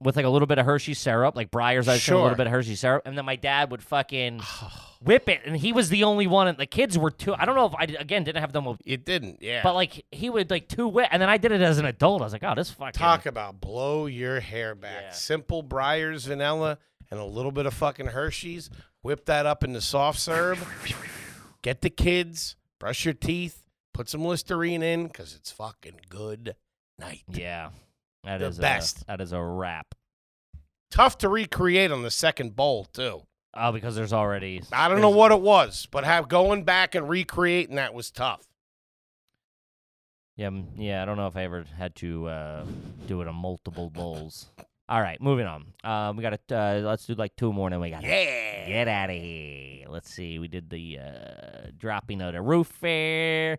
S2: with like a little bit of Hershey syrup, like Breyer's ice cream, a
S1: Sure.
S2: little bit of Hershey syrup, and then my dad would fucking whip it, and he was the only one. And the kids were too. I don't know if I did- again didn't have them,
S1: It didn't. Yeah.
S2: but like he would like two whip, and then I did it as an adult. I was like, oh, this fucking
S1: Talk about blow your hair back.
S2: Yeah.
S1: Simple Briars vanilla and a little bit of fucking Hershey's. Whip that up into soft serve. Get the kids, brush your teeth, put some Listerine in because it's fucking good night.
S2: Yeah. that is
S1: The best.
S2: A, that is a wrap.
S1: Tough to recreate on the second bowl, too.
S2: Oh, because there's already.
S1: I don't know
S2: there's-
S1: what it was, but have going back and recreating that was tough.
S2: Yeah, mm, yeah. I don't know if I ever had to uh, do it on multiple bowls. All right, moving on. Um, we got to uh, let's do like two more, and then we got to
S1: Yeah.
S2: get out of here. Let's see. We did the uh, dropping of the roof fair.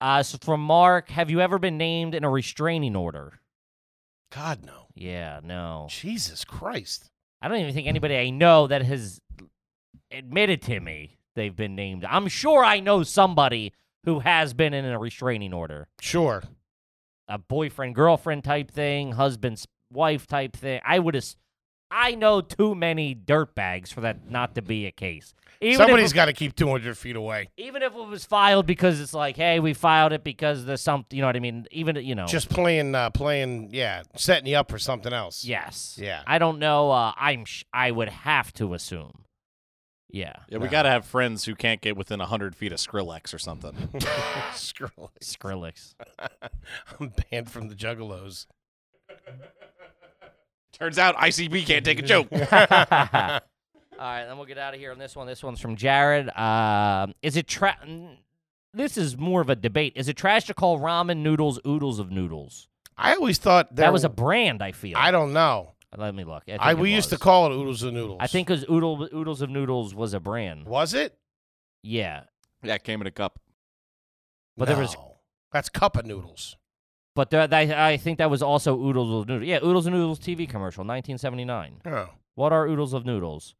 S2: Uh, so from Mark, have you ever been named in a restraining order?
S1: God, no.
S2: Yeah, no.
S1: Jesus Christ.
S2: I don't even think anybody I know that has admitted to me they've been named. I'm sure I know somebody who has been in a restraining order.
S1: Sure.
S2: a boyfriend girlfriend type thing, husband's wife type thing. I would as I know too many dirtbags for that not to be a case. Even if
S1: Somebody's got to keep 200 feet away.
S2: even if it was filed because it's like, hey, we filed it because there's something, you know what I mean? Even you know,
S1: Just playing, uh, playing, yeah, setting you up for something else.
S2: yes,
S1: Yeah.
S2: I don't know. Uh, I'm sh- I would have to assume, yeah.
S4: Yeah, we got to have friends who can't get within 100 feet of Skrillex or something.
S1: Screw it.
S2: Skrillex.
S1: I'm banned from the Juggalos.
S4: Turns out ICB can't take a joke.
S2: All right, then we'll get out of here on this one. This one's from Jared. Um, is it tra- n- This is more of a debate. Is it trash to call ramen noodles oodles of noodles?
S1: I always thought there
S2: that was a brand. I feel.
S1: I don't know.
S2: Let me look. I,
S1: I,
S2: think it
S1: we used to
S2: was.
S1: call it oodles and noodles.
S2: I think because oodle oodles of noodles was a brand.
S1: was it?
S2: Yeah,
S4: yeah, it came in a cup.
S2: But there was-
S1: No. that's cup of noodles.
S2: but there, that, I think that was also oodles of noodles. Yeah, oodles of noodles TV commercial, 1979.
S1: Oh.
S2: What are oodles of noodles?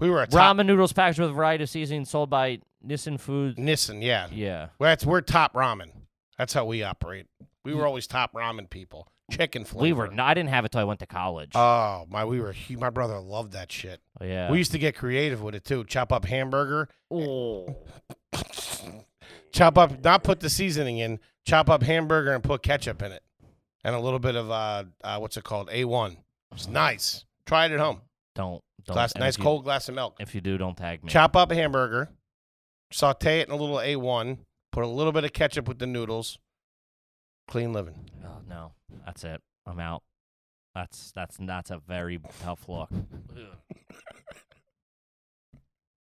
S1: We were a top
S2: Ramen noodles packaged with a variety of seasonings sold by Nissen Foods.
S1: Nissen, yeah.
S2: Yeah.
S1: Well, that's we're top ramen. That's how we operate. We were always top ramen people. Chicken flavor.
S2: We were. No, I didn't have it till I went to college.
S1: Oh my, we were. hu- My brother loved that shit.
S2: yeah.
S1: We used to get creative with it too. Chop up hamburger.
S2: Oh.
S1: Chop up, not put the seasoning in. Chop up hamburger and put ketchup in it, and a little bit of uh, uh what's it called? A one. It's nice. Try it at home.
S2: Don't. don't
S1: Glass,
S2: and
S1: nice
S2: if you-
S1: cold glass of milk.
S2: If you do, don't tag me.
S1: Chop up hamburger, saute it in a little A1, put a little bit of ketchup with the noodles. Clean living.
S2: Oh, no, that's it. I'm out. That's that's that's a very tough look.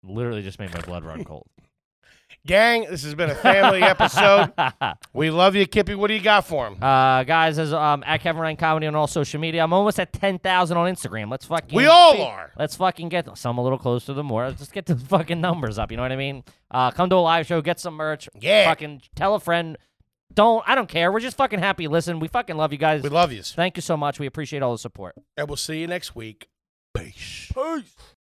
S2: Literally just made my blood run cold.
S1: Gang, this has been a family episode.
S2: uh,
S1: We love you, Kippy. What do you got for him?
S2: guys, as um at Kevin Ryan Comedy on all social media, I'm almost at ten thousand on Instagram. Let's fucking
S1: We all
S2: see-
S1: are.
S2: Let's fucking get some a little closer to more. Let's get the fucking numbers up. You know what I mean? Uh, come to a live show, get some merch.
S1: Yeah.
S2: Fucking tell a friend. Don't I don't care. We're just fucking happy. to Listen, we fucking love you guys.
S1: We love you.
S2: Thank you so much. We appreciate all the support.
S1: And we'll see you next week. Peace.